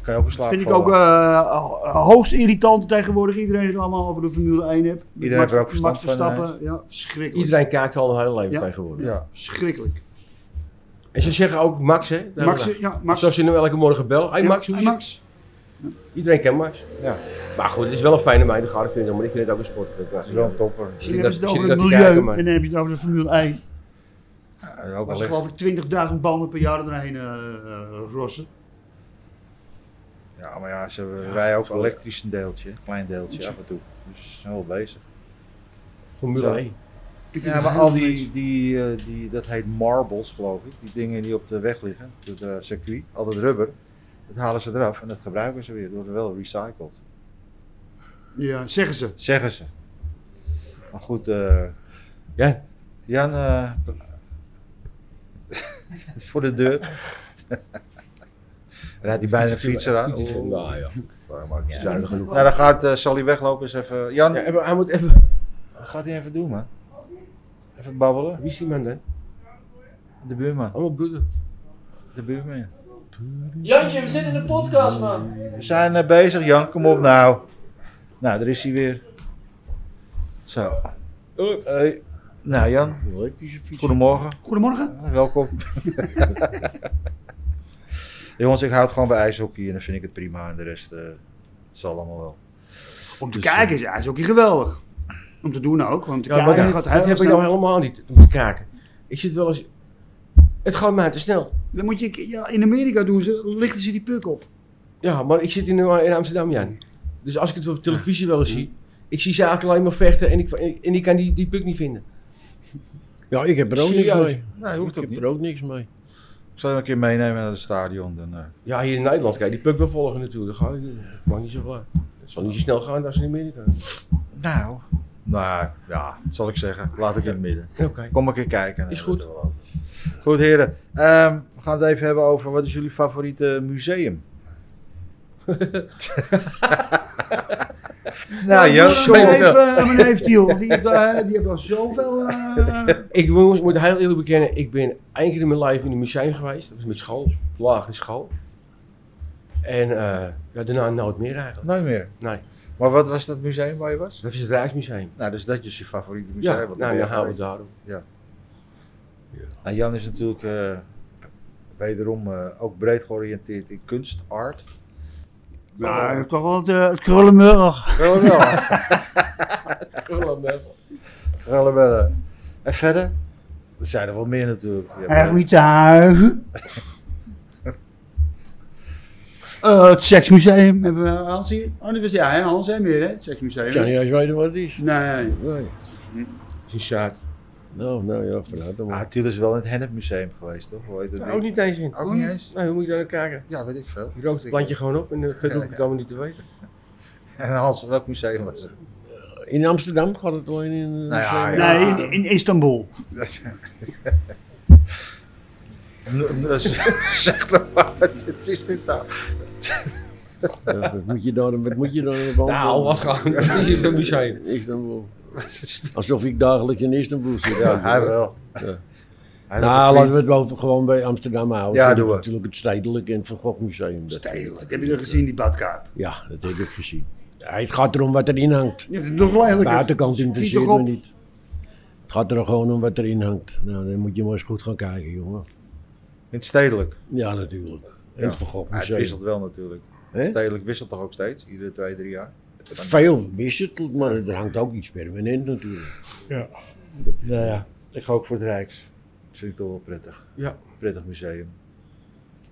Speaker 4: Kan je ook een
Speaker 1: Dat
Speaker 4: slaap
Speaker 1: vind ik ook eh, ho- hoogst irritant tegenwoordig. Iedereen het allemaal over de Formule 1 hebt. Met
Speaker 4: Iedereen heeft er ook verstand
Speaker 1: Max
Speaker 4: van,
Speaker 1: Verstappen, Ja, verschrikkelijk.
Speaker 3: Iedereen kijkt al een hele leven
Speaker 1: Ja.
Speaker 3: tegenwoordig.
Speaker 4: Ja.
Speaker 1: Verschrikkelijk.
Speaker 3: En ze zeggen ook Max, hè? de hele
Speaker 1: Max,
Speaker 3: dag.
Speaker 1: ja, Max.
Speaker 3: Zoals je nu elke morgen belt. Hey
Speaker 1: Ja,
Speaker 3: Max, hoe is
Speaker 1: hey,
Speaker 3: het?
Speaker 1: Max.
Speaker 3: Iedereen kent Max.
Speaker 4: Ja.
Speaker 3: Maar goed, het is wel een fijne meid, dat ga ik vinden, maar ik vind het ook een sport. Ik was-
Speaker 4: Wel een topper.
Speaker 3: Ik
Speaker 1: En
Speaker 3: zie
Speaker 1: dan hebben
Speaker 3: dat-
Speaker 1: ze
Speaker 3: ik
Speaker 1: het
Speaker 3: zie
Speaker 1: over
Speaker 3: dat
Speaker 1: het
Speaker 3: die kijken,
Speaker 1: milieu
Speaker 3: maar-
Speaker 1: en dan heb je het over de Formule 1.
Speaker 4: Ja, ook
Speaker 1: Was
Speaker 4: wel
Speaker 1: geloof ik 20.000 banden per jaar erheen eh, eh, rossen.
Speaker 4: Ja, maar ja, ze hebben wij ook elektrisch een deeltje, een klein deeltje af en toe. Dus ze zijn wel bezig.
Speaker 3: Formule
Speaker 4: Zo.
Speaker 3: 1.
Speaker 1: Ik vind
Speaker 4: Ja,
Speaker 1: het
Speaker 4: maar
Speaker 1: heel
Speaker 4: al die,
Speaker 1: vreselijk.
Speaker 4: die, eh, die, dat heet marbles geloof ik, die dingen die op de weg liggen, het eh, circuit, al dat rubber, dat halen ze eraf en dat gebruiken ze weer. Dat wordt wel recycled,
Speaker 1: Ja, zeggen ze.
Speaker 4: zeggen ze. Maar goed, eh,
Speaker 3: Ja.
Speaker 4: Jan, eh, voor de deur. Rijdt hij bijna een fietser aan?
Speaker 3: Fietsen,
Speaker 4: Oeh,
Speaker 3: nou ja,
Speaker 4: dat maakt niet uit.
Speaker 3: zuinig genoeg.
Speaker 4: Nou, dan gaat, eh, zal hij weglopen eens even. Jan,
Speaker 3: Ja, even- hij moet even...
Speaker 4: wat gaat hij even doen, man? Even babbelen.
Speaker 3: Wie is die man dan?
Speaker 4: De buurman,
Speaker 3: Allemaal bloeden.
Speaker 4: de buurman.
Speaker 7: Jantje, we zitten in de podcast, man.
Speaker 4: We zijn eh, bezig, Jan. Kom op nou. Nou, daar is hij weer. Zo. Hey. Nou, Jan.
Speaker 2: Elektrische fiets.
Speaker 4: Goedemorgen.
Speaker 1: Goedemorgen.
Speaker 4: Welkom. Jongens, ik houd gewoon bij ijshockey en dan vind ik het prima. En de rest eh, zal allemaal wel.
Speaker 1: Om te
Speaker 4: Dus,
Speaker 1: kijken is ijshockey geweldig. Om te doen ook, want te
Speaker 3: eh, Ja, maar
Speaker 1: kijken
Speaker 3: dat,
Speaker 1: gaat
Speaker 3: dat
Speaker 1: heel
Speaker 3: heb ik
Speaker 1: snel.
Speaker 3: nou helemaal niet, om te kijken. Ik zit wel eens... Het gaat mij te snel.
Speaker 1: Dan moet je, ja, in Amerika doen ze, lichten ze die puk op.
Speaker 3: Ja, maar ik zit in, in Amsterdam, Jan. Dus als ik het op televisie wel eens zie... Ik zie ze eigenlijk alleen maar vechten en ik, en ik kan die, die puk niet vinden.
Speaker 2: Ja, ik heb er ook niks
Speaker 3: Serieus?
Speaker 2: mee.
Speaker 4: Nee,
Speaker 2: Ik heb er ook niks mee.
Speaker 4: Ik zal je een keer meenemen naar het stadion. Dan, eh,
Speaker 3: Ja, hier in Nederland kan je die puk wel volgen natuurlijk. Dat, gaat, dat mag niet zo ver. Het zal niet zo snel gaan als in Amerika.
Speaker 4: Nou. Nou, ja, dat zal ik zeggen. Laat ik in het midden.
Speaker 3: Oké.
Speaker 4: Kom een keer kijken.
Speaker 3: Is
Speaker 4: Eh,
Speaker 3: goed.
Speaker 4: dat wel over. Goed, heren. Ehm, we gaan het even hebben over wat is jullie favoriete museum? nou, Jan,
Speaker 1: Jongens,
Speaker 3: sorry,
Speaker 1: mijn neef, eh,
Speaker 3: vertel.
Speaker 1: mijn neef Tiel, die heeft daar- die heeft al zoveel... eh,
Speaker 3: Ik moet, moet heel eerlijk bekennen, ik ben één keer in mijn leven in een museum geweest. Dat was met school, lagere school. En eh, ja, daarna nooit meer eigenlijk.
Speaker 4: nooit meer.
Speaker 3: Nee.
Speaker 4: Maar wat was dat museum waar je was?
Speaker 3: Dat is het Rijksmuseum.
Speaker 4: Nou, dus dat is je favoriete museum.
Speaker 3: Ja,
Speaker 4: want
Speaker 3: nou,
Speaker 4: ben
Speaker 3: dan
Speaker 4: je
Speaker 3: gaan we het
Speaker 4: geweest.
Speaker 3: daarop.
Speaker 4: Nou, Jan is natuurlijk eh, wederom eh, ook breed georiënteerd in kunst, art.
Speaker 1: Nou, hij heeft toch wel de, het krullenmurg.
Speaker 4: Gewoon wel. Gewoon wel. En verder? Er zijn er wel meer natuurlijk. Je hebt, eh,
Speaker 1: Hermitage. Eh het seksmuseum hebben we Hans hier. Oh, dat was ja, hè, Hans en meer, hè? Het
Speaker 2: Ik kan
Speaker 1: seksmuseum.
Speaker 2: niet eens weten wat het is.
Speaker 1: Nee.
Speaker 2: Nee.
Speaker 3: Het is zaad.
Speaker 2: Nou, nou ja, vooruit dan maar.
Speaker 4: Ah, Tiel is wel in het Hennep Museum geweest, toch? Hoe heet dat
Speaker 3: Ook
Speaker 4: ding?
Speaker 3: niet eens in.
Speaker 4: Ook niet eens?
Speaker 3: Nou, hoe moet je daar naar kijken?
Speaker 4: Ja, weet ik veel.
Speaker 3: Je rookt het plantje gewoon op en dat verder hoef ik het allemaal niet te weten.
Speaker 4: En Hans, welk museum was het?
Speaker 2: In Amsterdam gaat het alleen in... eh,
Speaker 4: Nou ja,
Speaker 2: museum.
Speaker 4: ja.
Speaker 1: Nee, in, in Istanbul.
Speaker 4: N- n- zeg nou maar, het is dit nou.
Speaker 2: Ja, Eh, wat moet je daar, wat moet je daar aan beantwoorden?
Speaker 3: Nou,
Speaker 4: Nou,
Speaker 3: gewoon. Het is in het museum.
Speaker 2: Istanbul. Alsof ik dagelijks in Istanbul zit.
Speaker 4: Ja, hij wel. Hij
Speaker 2: Nou,
Speaker 4: wil
Speaker 2: laten we het boven gewoon bij Amsterdam houden.
Speaker 4: Ja,
Speaker 2: Vind
Speaker 4: doen
Speaker 2: ik
Speaker 4: we.
Speaker 2: Natuurlijk het Stedelijk en het Van Gogh Museum. Dat-
Speaker 1: Stedelijk. Heb je dat gezien, die badkaart?
Speaker 2: Ja, dat heb ik gezien. Ja, het gaat erom wat erin hangt.
Speaker 1: Ja, dat is toch lelijk.
Speaker 2: De buitenkant
Speaker 1: Schiet
Speaker 2: interesseert
Speaker 1: toch
Speaker 2: me
Speaker 1: op.
Speaker 2: niet. gaat er gewoon om wat erin hangt. Nou, dan moet je maar eens goed gaan kijken, jongen.
Speaker 4: In het stedelijk.
Speaker 2: Ja, natuurlijk. En
Speaker 4: Ja.
Speaker 2: het Van Gogh
Speaker 4: Maar het
Speaker 2: Museum.
Speaker 4: wisselt wel natuurlijk.
Speaker 2: Hè?
Speaker 4: Het stedelijk wisselt toch ook steeds? Iedere twee, drie jaar?
Speaker 2: Veel wisselt, maar er hangt ook iets permanent natuurlijk.
Speaker 4: Nou ja, ik ga ook voor het Rijks. Dat vind ik toch wel prettig.
Speaker 3: Ja.
Speaker 4: Prettig museum.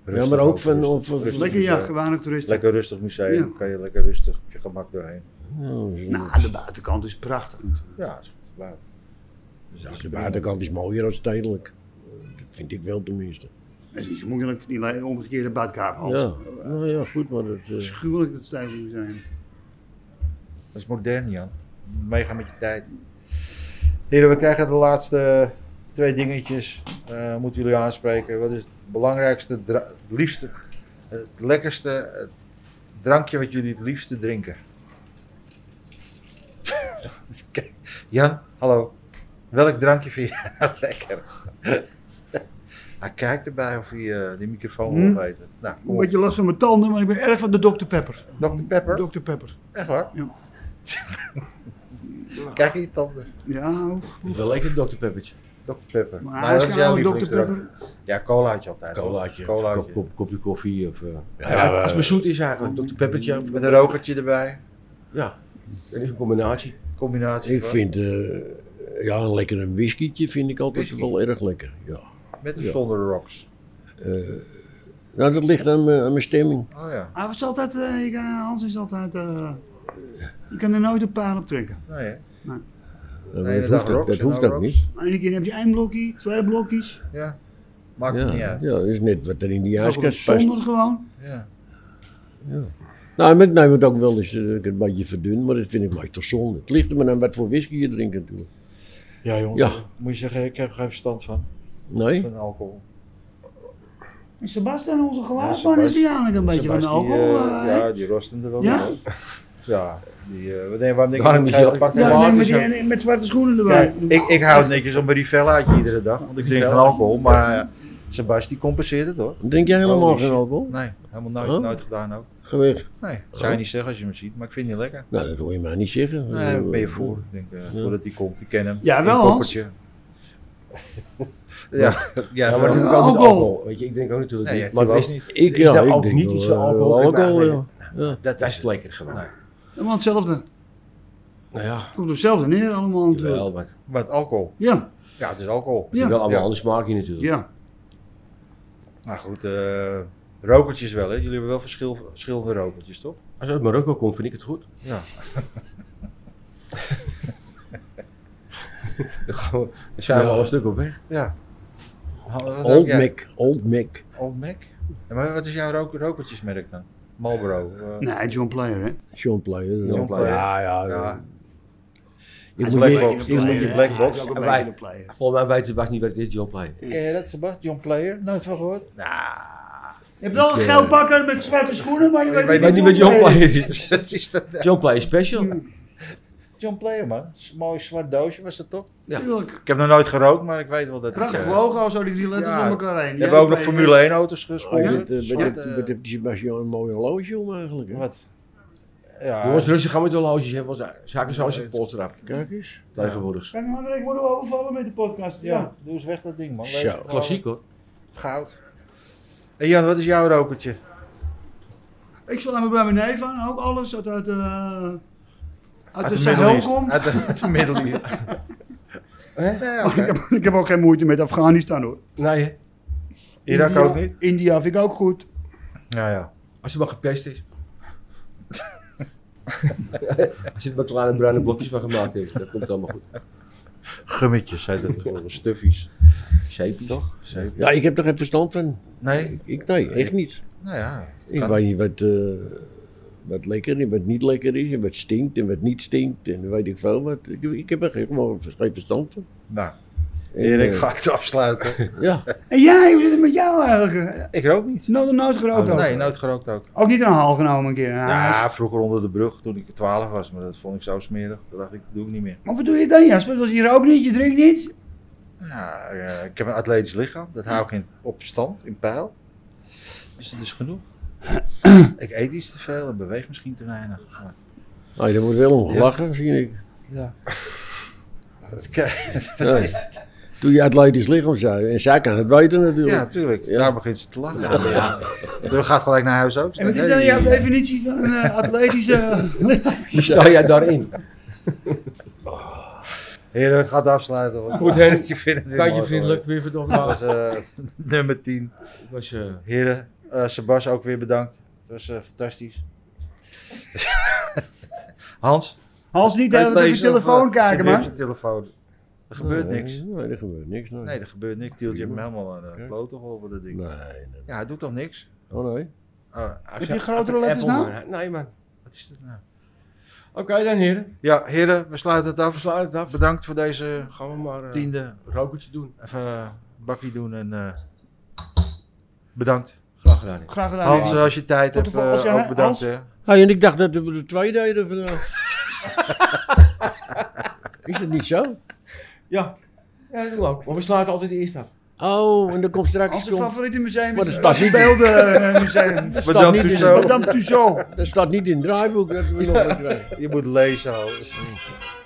Speaker 2: ja, maar ook van...
Speaker 4: rustig. dus
Speaker 2: Of, of-
Speaker 4: Rustig.
Speaker 1: Lekker ja, gewone toeristen.
Speaker 4: Lekker rustig museum.
Speaker 1: Ja.
Speaker 4: Kan je lekker rustig op je gemak doorheen.
Speaker 2: Nou,
Speaker 6: Nou, de buitenkant is prachtig. natuurlijk.
Speaker 4: Ja, is goed. Laat. Dus dat is
Speaker 2: de
Speaker 4: prima.
Speaker 2: buitenkant is mooier dan stedelijk. Dat vind ik wel tenminste.
Speaker 6: Dat is niet zo moeilijk, die le- omgekeerde buitkaarthals.
Speaker 2: Ja, nou ja, goed, maar dat... eh,
Speaker 6: Schuwelijk dat stijgen moet zijn.
Speaker 4: Dat is modern, Jan. Meegaan met je tijd. Heren, we krijgen de laatste twee dingetjes. eh, moeten jullie aanspreken. Wat is het belangrijkste, dra- het liefste, het lekkerste het drankje wat jullie het liefste drinken? Kijk, Jan, hallo. Welk drankje vind je nou lekker? hij kijkt erbij of hij eh, die microfoon
Speaker 1: Hm?
Speaker 4: wil weten. Nou,
Speaker 1: Een
Speaker 4: kom op.
Speaker 1: beetje last van mijn tanden, maar ik ben erg van de Dr. Pepper.
Speaker 4: Dr. Pepper.
Speaker 1: Dr. Pepper.
Speaker 4: Echt waar?
Speaker 1: Ja.
Speaker 4: Kijk in je tanden.
Speaker 1: Ja, oef.
Speaker 3: Het is wel lekker, Dr. Peppertje.
Speaker 4: Dr. Pepper.
Speaker 1: maar hij is
Speaker 4: dat
Speaker 1: geen
Speaker 4: jouw
Speaker 1: oude Dr.
Speaker 4: lievelingsdrank.
Speaker 1: Pepper.
Speaker 4: Ja, cola had je altijd. hoor.
Speaker 3: Colaatje,
Speaker 4: Colaatje.
Speaker 3: kop, kop, kopje koffie of... eh,
Speaker 2: Ja,
Speaker 3: ja, als
Speaker 2: eh,
Speaker 3: het maar zoet is eigenlijk, Dr. Peppertje. Of,
Speaker 4: Met een rokertje erbij.
Speaker 3: ja, dat is een combinatie.
Speaker 4: Combinatie
Speaker 2: ik
Speaker 4: van-
Speaker 2: vind... eh, ja, een lekker een whiskytje vind ik altijd
Speaker 4: Whisky?
Speaker 2: wel erg lekker, ja.
Speaker 4: Met of
Speaker 2: ja.
Speaker 4: zonder rocks.
Speaker 2: Nou, dat ligt aan mijn, aan mijn stemming.
Speaker 4: Oh ja.
Speaker 6: Hij was altijd, eh, je kan, Hans is altijd, eh, je kan er nooit een paar op trekken.
Speaker 4: Nee, hè?
Speaker 2: Dat
Speaker 4: Nee, inderdaad,
Speaker 2: hoeft ook,
Speaker 4: rocks
Speaker 2: dat
Speaker 4: en
Speaker 2: hoeft
Speaker 4: no
Speaker 2: ook
Speaker 4: rocks.
Speaker 2: niet.
Speaker 6: Maar ene keer heb je één blokje, twee blokjes.
Speaker 4: Ja. Maakt het
Speaker 2: Ja,
Speaker 4: niet
Speaker 2: ja,
Speaker 4: uit.
Speaker 2: dat is net wat er in die
Speaker 6: Dan wordt
Speaker 2: ijskast
Speaker 6: het zonder
Speaker 2: past.
Speaker 6: gewoon.
Speaker 4: Ja.
Speaker 2: Nou, met mij wordt ook wel eens eh, een beetje verdund, maar dat vind ik maar toch zonde. Het ligt er maar aan wat voor whisky je drinkt natuurlijk.
Speaker 4: Ja, jongens. eh,
Speaker 2: Ja.
Speaker 4: Moet je zeggen, ik heb er geen verstand van.
Speaker 2: Nee?
Speaker 4: Van alcohol.
Speaker 6: En Sebastian, onze
Speaker 4: Ja,
Speaker 6: geluidsman,
Speaker 4: Sebastian-
Speaker 6: is die eigenlijk een beetje van de
Speaker 4: Sebastian,
Speaker 6: alcohol?
Speaker 4: eh,
Speaker 6: eh,
Speaker 4: ja, die rosten er wel
Speaker 6: Ja?
Speaker 4: in, hoor. Ja. Die, eh, wat- nee, waarom denk je
Speaker 3: Waarom
Speaker 4: dat
Speaker 3: is
Speaker 4: gele
Speaker 3: je-
Speaker 4: pakken
Speaker 6: Ja,
Speaker 4: later
Speaker 6: nee, met,
Speaker 4: zo-
Speaker 6: die, en- en met zwarte schoenen erbij.
Speaker 4: Kijk, ik, ik hou het netjes om een Rivellaatje iedere dag, want ik drink geen
Speaker 3: Rivella.
Speaker 4: alcohol. Maar eh, Sebastian compenseert het hoor.
Speaker 2: Drink jij helemaal
Speaker 4: Oh,
Speaker 2: geen
Speaker 4: shit.
Speaker 2: alcohol?
Speaker 4: Nee, helemaal nooit,
Speaker 2: Oh.
Speaker 4: nooit gedaan ook.
Speaker 2: Geweest.
Speaker 4: Nee, dat zou je niet zeggen als je me ziet, maar ik vind het niet lekker.
Speaker 2: Nou, dat hoor je mij niet zeggen.
Speaker 4: Nee, daar ben je voor. Ik denk, eh,
Speaker 2: Ja.
Speaker 4: voordat hij komt, ik ken hem.
Speaker 6: Ja,
Speaker 4: Een
Speaker 6: wel, Hans.
Speaker 4: koppertje. ja, ja,
Speaker 3: Ja, maar dat
Speaker 4: wel.
Speaker 3: doe ik
Speaker 4: Nee,
Speaker 3: altijd
Speaker 6: Alcohol.
Speaker 3: alcohol. Weet je, ik drink ook natuurlijk
Speaker 4: ja,
Speaker 3: niet.
Speaker 4: die
Speaker 3: Maar het
Speaker 4: was
Speaker 3: is,
Speaker 4: niet.
Speaker 2: Ik,
Speaker 3: Is
Speaker 2: ja,
Speaker 3: daar
Speaker 2: ik
Speaker 3: ook
Speaker 2: drink
Speaker 3: niet iets
Speaker 2: wel,
Speaker 3: van
Speaker 2: eh,
Speaker 3: alcohol?
Speaker 2: wel
Speaker 3: Ik ben
Speaker 2: alcohol,
Speaker 3: eigenlijk-
Speaker 2: ja.
Speaker 3: dat is lekker gewoon.
Speaker 6: Allemaal hetzelfde.
Speaker 3: Nou ja,
Speaker 6: Komt op hetzelfde neer allemaal natuurlijk.
Speaker 3: wel, maar het
Speaker 4: Met alcohol.
Speaker 6: Ja,
Speaker 4: Ja, het is alcohol.
Speaker 3: is
Speaker 6: Ja.
Speaker 3: wel allemaal
Speaker 4: Ja.
Speaker 3: anders smaak je natuurlijk.
Speaker 6: ja.
Speaker 4: Nou goed, eh, rokertjes wel hè. Jullie hebben wel verschil, verschillende rokertjes toch?
Speaker 3: Als het uit Marokko komt, vind ik het goed.
Speaker 4: Ja.
Speaker 3: Dan gaan we, dan zijn we
Speaker 2: Ja.
Speaker 3: al een stuk op weg.
Speaker 4: Ja. Ha- wat heb
Speaker 2: Old
Speaker 4: jij?
Speaker 2: Mac, Old Mac.
Speaker 4: Old Mac. Ja, maar wat is jouw roker, rokertjesmerk dan? Marlboro. eh,
Speaker 6: Nee, John Player, hè.
Speaker 2: Sean Player. dat is
Speaker 4: John
Speaker 2: ook-
Speaker 4: Player.
Speaker 2: Ja, ja.
Speaker 4: ja.
Speaker 2: Ik
Speaker 4: is
Speaker 2: moet
Speaker 4: Black
Speaker 2: je-
Speaker 4: Box.
Speaker 2: ik moet
Speaker 4: Hij is
Speaker 2: je-
Speaker 4: een black box.
Speaker 6: Hij is ook een
Speaker 3: Wij-
Speaker 6: beetje player.
Speaker 3: Volgens mij weet de Bas niet wat dit is, John Player.
Speaker 4: Ken je dat, Sebastian? John Player? Nooit van gehoord? Nou,
Speaker 6: Je hebt wel een geel
Speaker 4: eh,
Speaker 6: pakken met zwarte schoenen, maar je weet
Speaker 4: weet
Speaker 3: Weet niet wat John Player is.
Speaker 4: dat is dat.
Speaker 3: John Player special.
Speaker 4: John Player, man. S- Mooi zwart doosje was dat toch?
Speaker 6: Natuurlijk.
Speaker 4: Ik heb nog nooit gerookt, maar ik weet wel dat
Speaker 6: Krachtig
Speaker 4: eh,
Speaker 6: logo, zo die drie letters
Speaker 4: Ja.
Speaker 6: om elkaar heen.
Speaker 4: We hebben ook nog
Speaker 6: Player.
Speaker 4: Formule 1 auto's
Speaker 2: Oh,
Speaker 4: gesponsord.
Speaker 2: wat, eh, wat,
Speaker 4: Zwart,
Speaker 2: heb-
Speaker 4: eh,
Speaker 2: wat heeft die Sebastian een mooie horloge om eigenlijk? hè?
Speaker 4: Wat? Ja,
Speaker 3: Jongens, rustig gaan met de horloges. hè, want Zaken zoals
Speaker 4: Ja,
Speaker 3: je
Speaker 4: het-
Speaker 3: pols eraf.
Speaker 2: Kijk eens.
Speaker 3: Tegenwoordig.
Speaker 6: Kijk maar, ik word overvallen met de podcast. Ja.
Speaker 4: ja, doe eens weg dat ding, man. Wees
Speaker 2: Zo.
Speaker 4: gewoon
Speaker 3: Klassiek hoor.
Speaker 4: Goud. En Jan, wat is jouw rokertje?
Speaker 6: Ik zal even bij mijn neef aan, ook alles uit, uit, eh, uit, de
Speaker 4: Middle
Speaker 6: Sahel
Speaker 4: East.
Speaker 6: komt.
Speaker 4: Uit de, uit de Middle East. Nee, oké.
Speaker 6: Oh, Ik heb, ik heb ook geen moeite met Afghanistan hoor.
Speaker 3: Nee, hè?
Speaker 4: Irak
Speaker 6: India-
Speaker 4: ook niet?
Speaker 6: India vind ik ook goed.
Speaker 4: Ja, ja.
Speaker 3: als het maar gepest is. als je er maar kleine bruine blokjes van gemaakt heeft, dat komt allemaal goed.
Speaker 4: Gummetjes heet dat voor stuffies.
Speaker 3: Zeepjes. Toch? Zeep.
Speaker 2: Ja, ik heb er geen verstand van.
Speaker 4: Nee?
Speaker 2: Ik, nee, echt niet.
Speaker 4: Nou ja. dat
Speaker 2: Ik
Speaker 4: kan.
Speaker 2: weet niet wat, eh, wat lekker en wat niet lekker is, en wat stinkt en wat niet stinkt, en weet ik veel wat. Ik, ik heb er geen, gewoon geen verstand van.
Speaker 4: Nou,
Speaker 2: En,
Speaker 4: Erik
Speaker 2: eh,
Speaker 4: gaat het afsluiten.
Speaker 2: Ja,
Speaker 6: En jij, hoe zit het met jou eigenlijk?
Speaker 4: Ik rook niet.
Speaker 6: Nooit nooit gerookt ook.
Speaker 4: Oh, Nee, nooit gerookt ook.
Speaker 6: Ook niet een haal genomen een keer. Ja.
Speaker 4: Ja, vroeger onder de brug toen ik 12 was, maar dat vond ik zo smerig. Dat dacht ik, dat doe ik niet meer.
Speaker 6: Maar wat doe je dan Jasper? Want je rookt niet, je drinkt niet.
Speaker 4: Ja, eh, ik heb een atletisch lichaam, dat hou ik in, op stand, in peil. Dus dat is genoeg. ik eet iets te veel en beweeg
Speaker 2: Nou,
Speaker 4: misschien te weinig. Maar,
Speaker 2: Ah, daar wordt wel om gelachen, zie ik.
Speaker 4: ja. Dat kan-
Speaker 2: Ja. Doe je atletisch lichaam zei. En zij kan het weten natuurlijk.
Speaker 4: Ja, tuurlijk. Daar begint ze te lachen. Ja, We gaat gelijk naar huis ook.
Speaker 6: En wat is dan jouw definitie van een eh, atletische...
Speaker 3: Hoe sta jij daarin?
Speaker 4: Heerlijk, gaat afsluiten. hoor.
Speaker 3: Goed, Henk.
Speaker 4: Ik vind het weer
Speaker 3: Kijk je
Speaker 4: mooi,
Speaker 3: vriendelijk weer verdomme.
Speaker 4: hoor. Dat was eh, nummer 10.
Speaker 3: Het was, eh,
Speaker 4: Heren, eh Sebas ook weer bedankt. Het was eh, fantastisch. Hans?
Speaker 1: Hans, niet dat op je
Speaker 4: lezen of, eh,
Speaker 1: telefoon
Speaker 4: zit
Speaker 1: kijken,
Speaker 4: weer op
Speaker 1: man.
Speaker 4: zijn telefoon. Er gebeurt
Speaker 2: Nee,
Speaker 4: niks.
Speaker 2: Nee, er gebeurt niks. Nee.
Speaker 4: Nee, er gebeurt niks. Tieltje heeft me helemaal eh, aan de klote geholpen, dat ding.
Speaker 2: Nee, nee, nee.
Speaker 4: Ja, hij doet toch niks?
Speaker 2: Oh nee.
Speaker 4: Ah,
Speaker 3: als je
Speaker 1: grotere
Speaker 3: Apple
Speaker 1: letters nou?
Speaker 3: maar- Nee, man.
Speaker 4: wat is dat nou?
Speaker 3: Oké, dan heren.
Speaker 4: Ja, heren, we sluiten het
Speaker 3: We
Speaker 4: af.
Speaker 3: sluiten het af.
Speaker 4: Bedankt voor deze
Speaker 3: Dan gaan we maar eh,
Speaker 4: tiende.
Speaker 3: een rokertje doen.
Speaker 4: Even eh, bakkie doen en eh, bedankt.
Speaker 3: Graag gedaan. heren.
Speaker 6: Graag gedaan.
Speaker 4: Hans, eh, als je tijd
Speaker 1: Tot
Speaker 4: hebt,
Speaker 1: de volgende
Speaker 4: eh,
Speaker 1: keer,
Speaker 4: ook bedankt.
Speaker 1: Hans.
Speaker 4: hè.
Speaker 2: Hey, en ik dacht dat we er twee deden vandaag. Is dat niet zo?
Speaker 3: Ja. Ja, dat doen we ook. Maar we sluiten altijd eerst af.
Speaker 2: Oh, en dan komt straks...
Speaker 6: Hans' favoriete museum
Speaker 2: Maar
Speaker 6: is
Speaker 2: dat staat
Speaker 6: het
Speaker 2: niet-
Speaker 6: Beeldenmuseum.
Speaker 2: dat, staat
Speaker 4: Madame
Speaker 2: niet in,
Speaker 4: Tussauds.
Speaker 6: Madame Tussauds.
Speaker 2: dat staat niet in het draaiboek dat we nog een krijgen.
Speaker 4: Je moet lezen, Hans.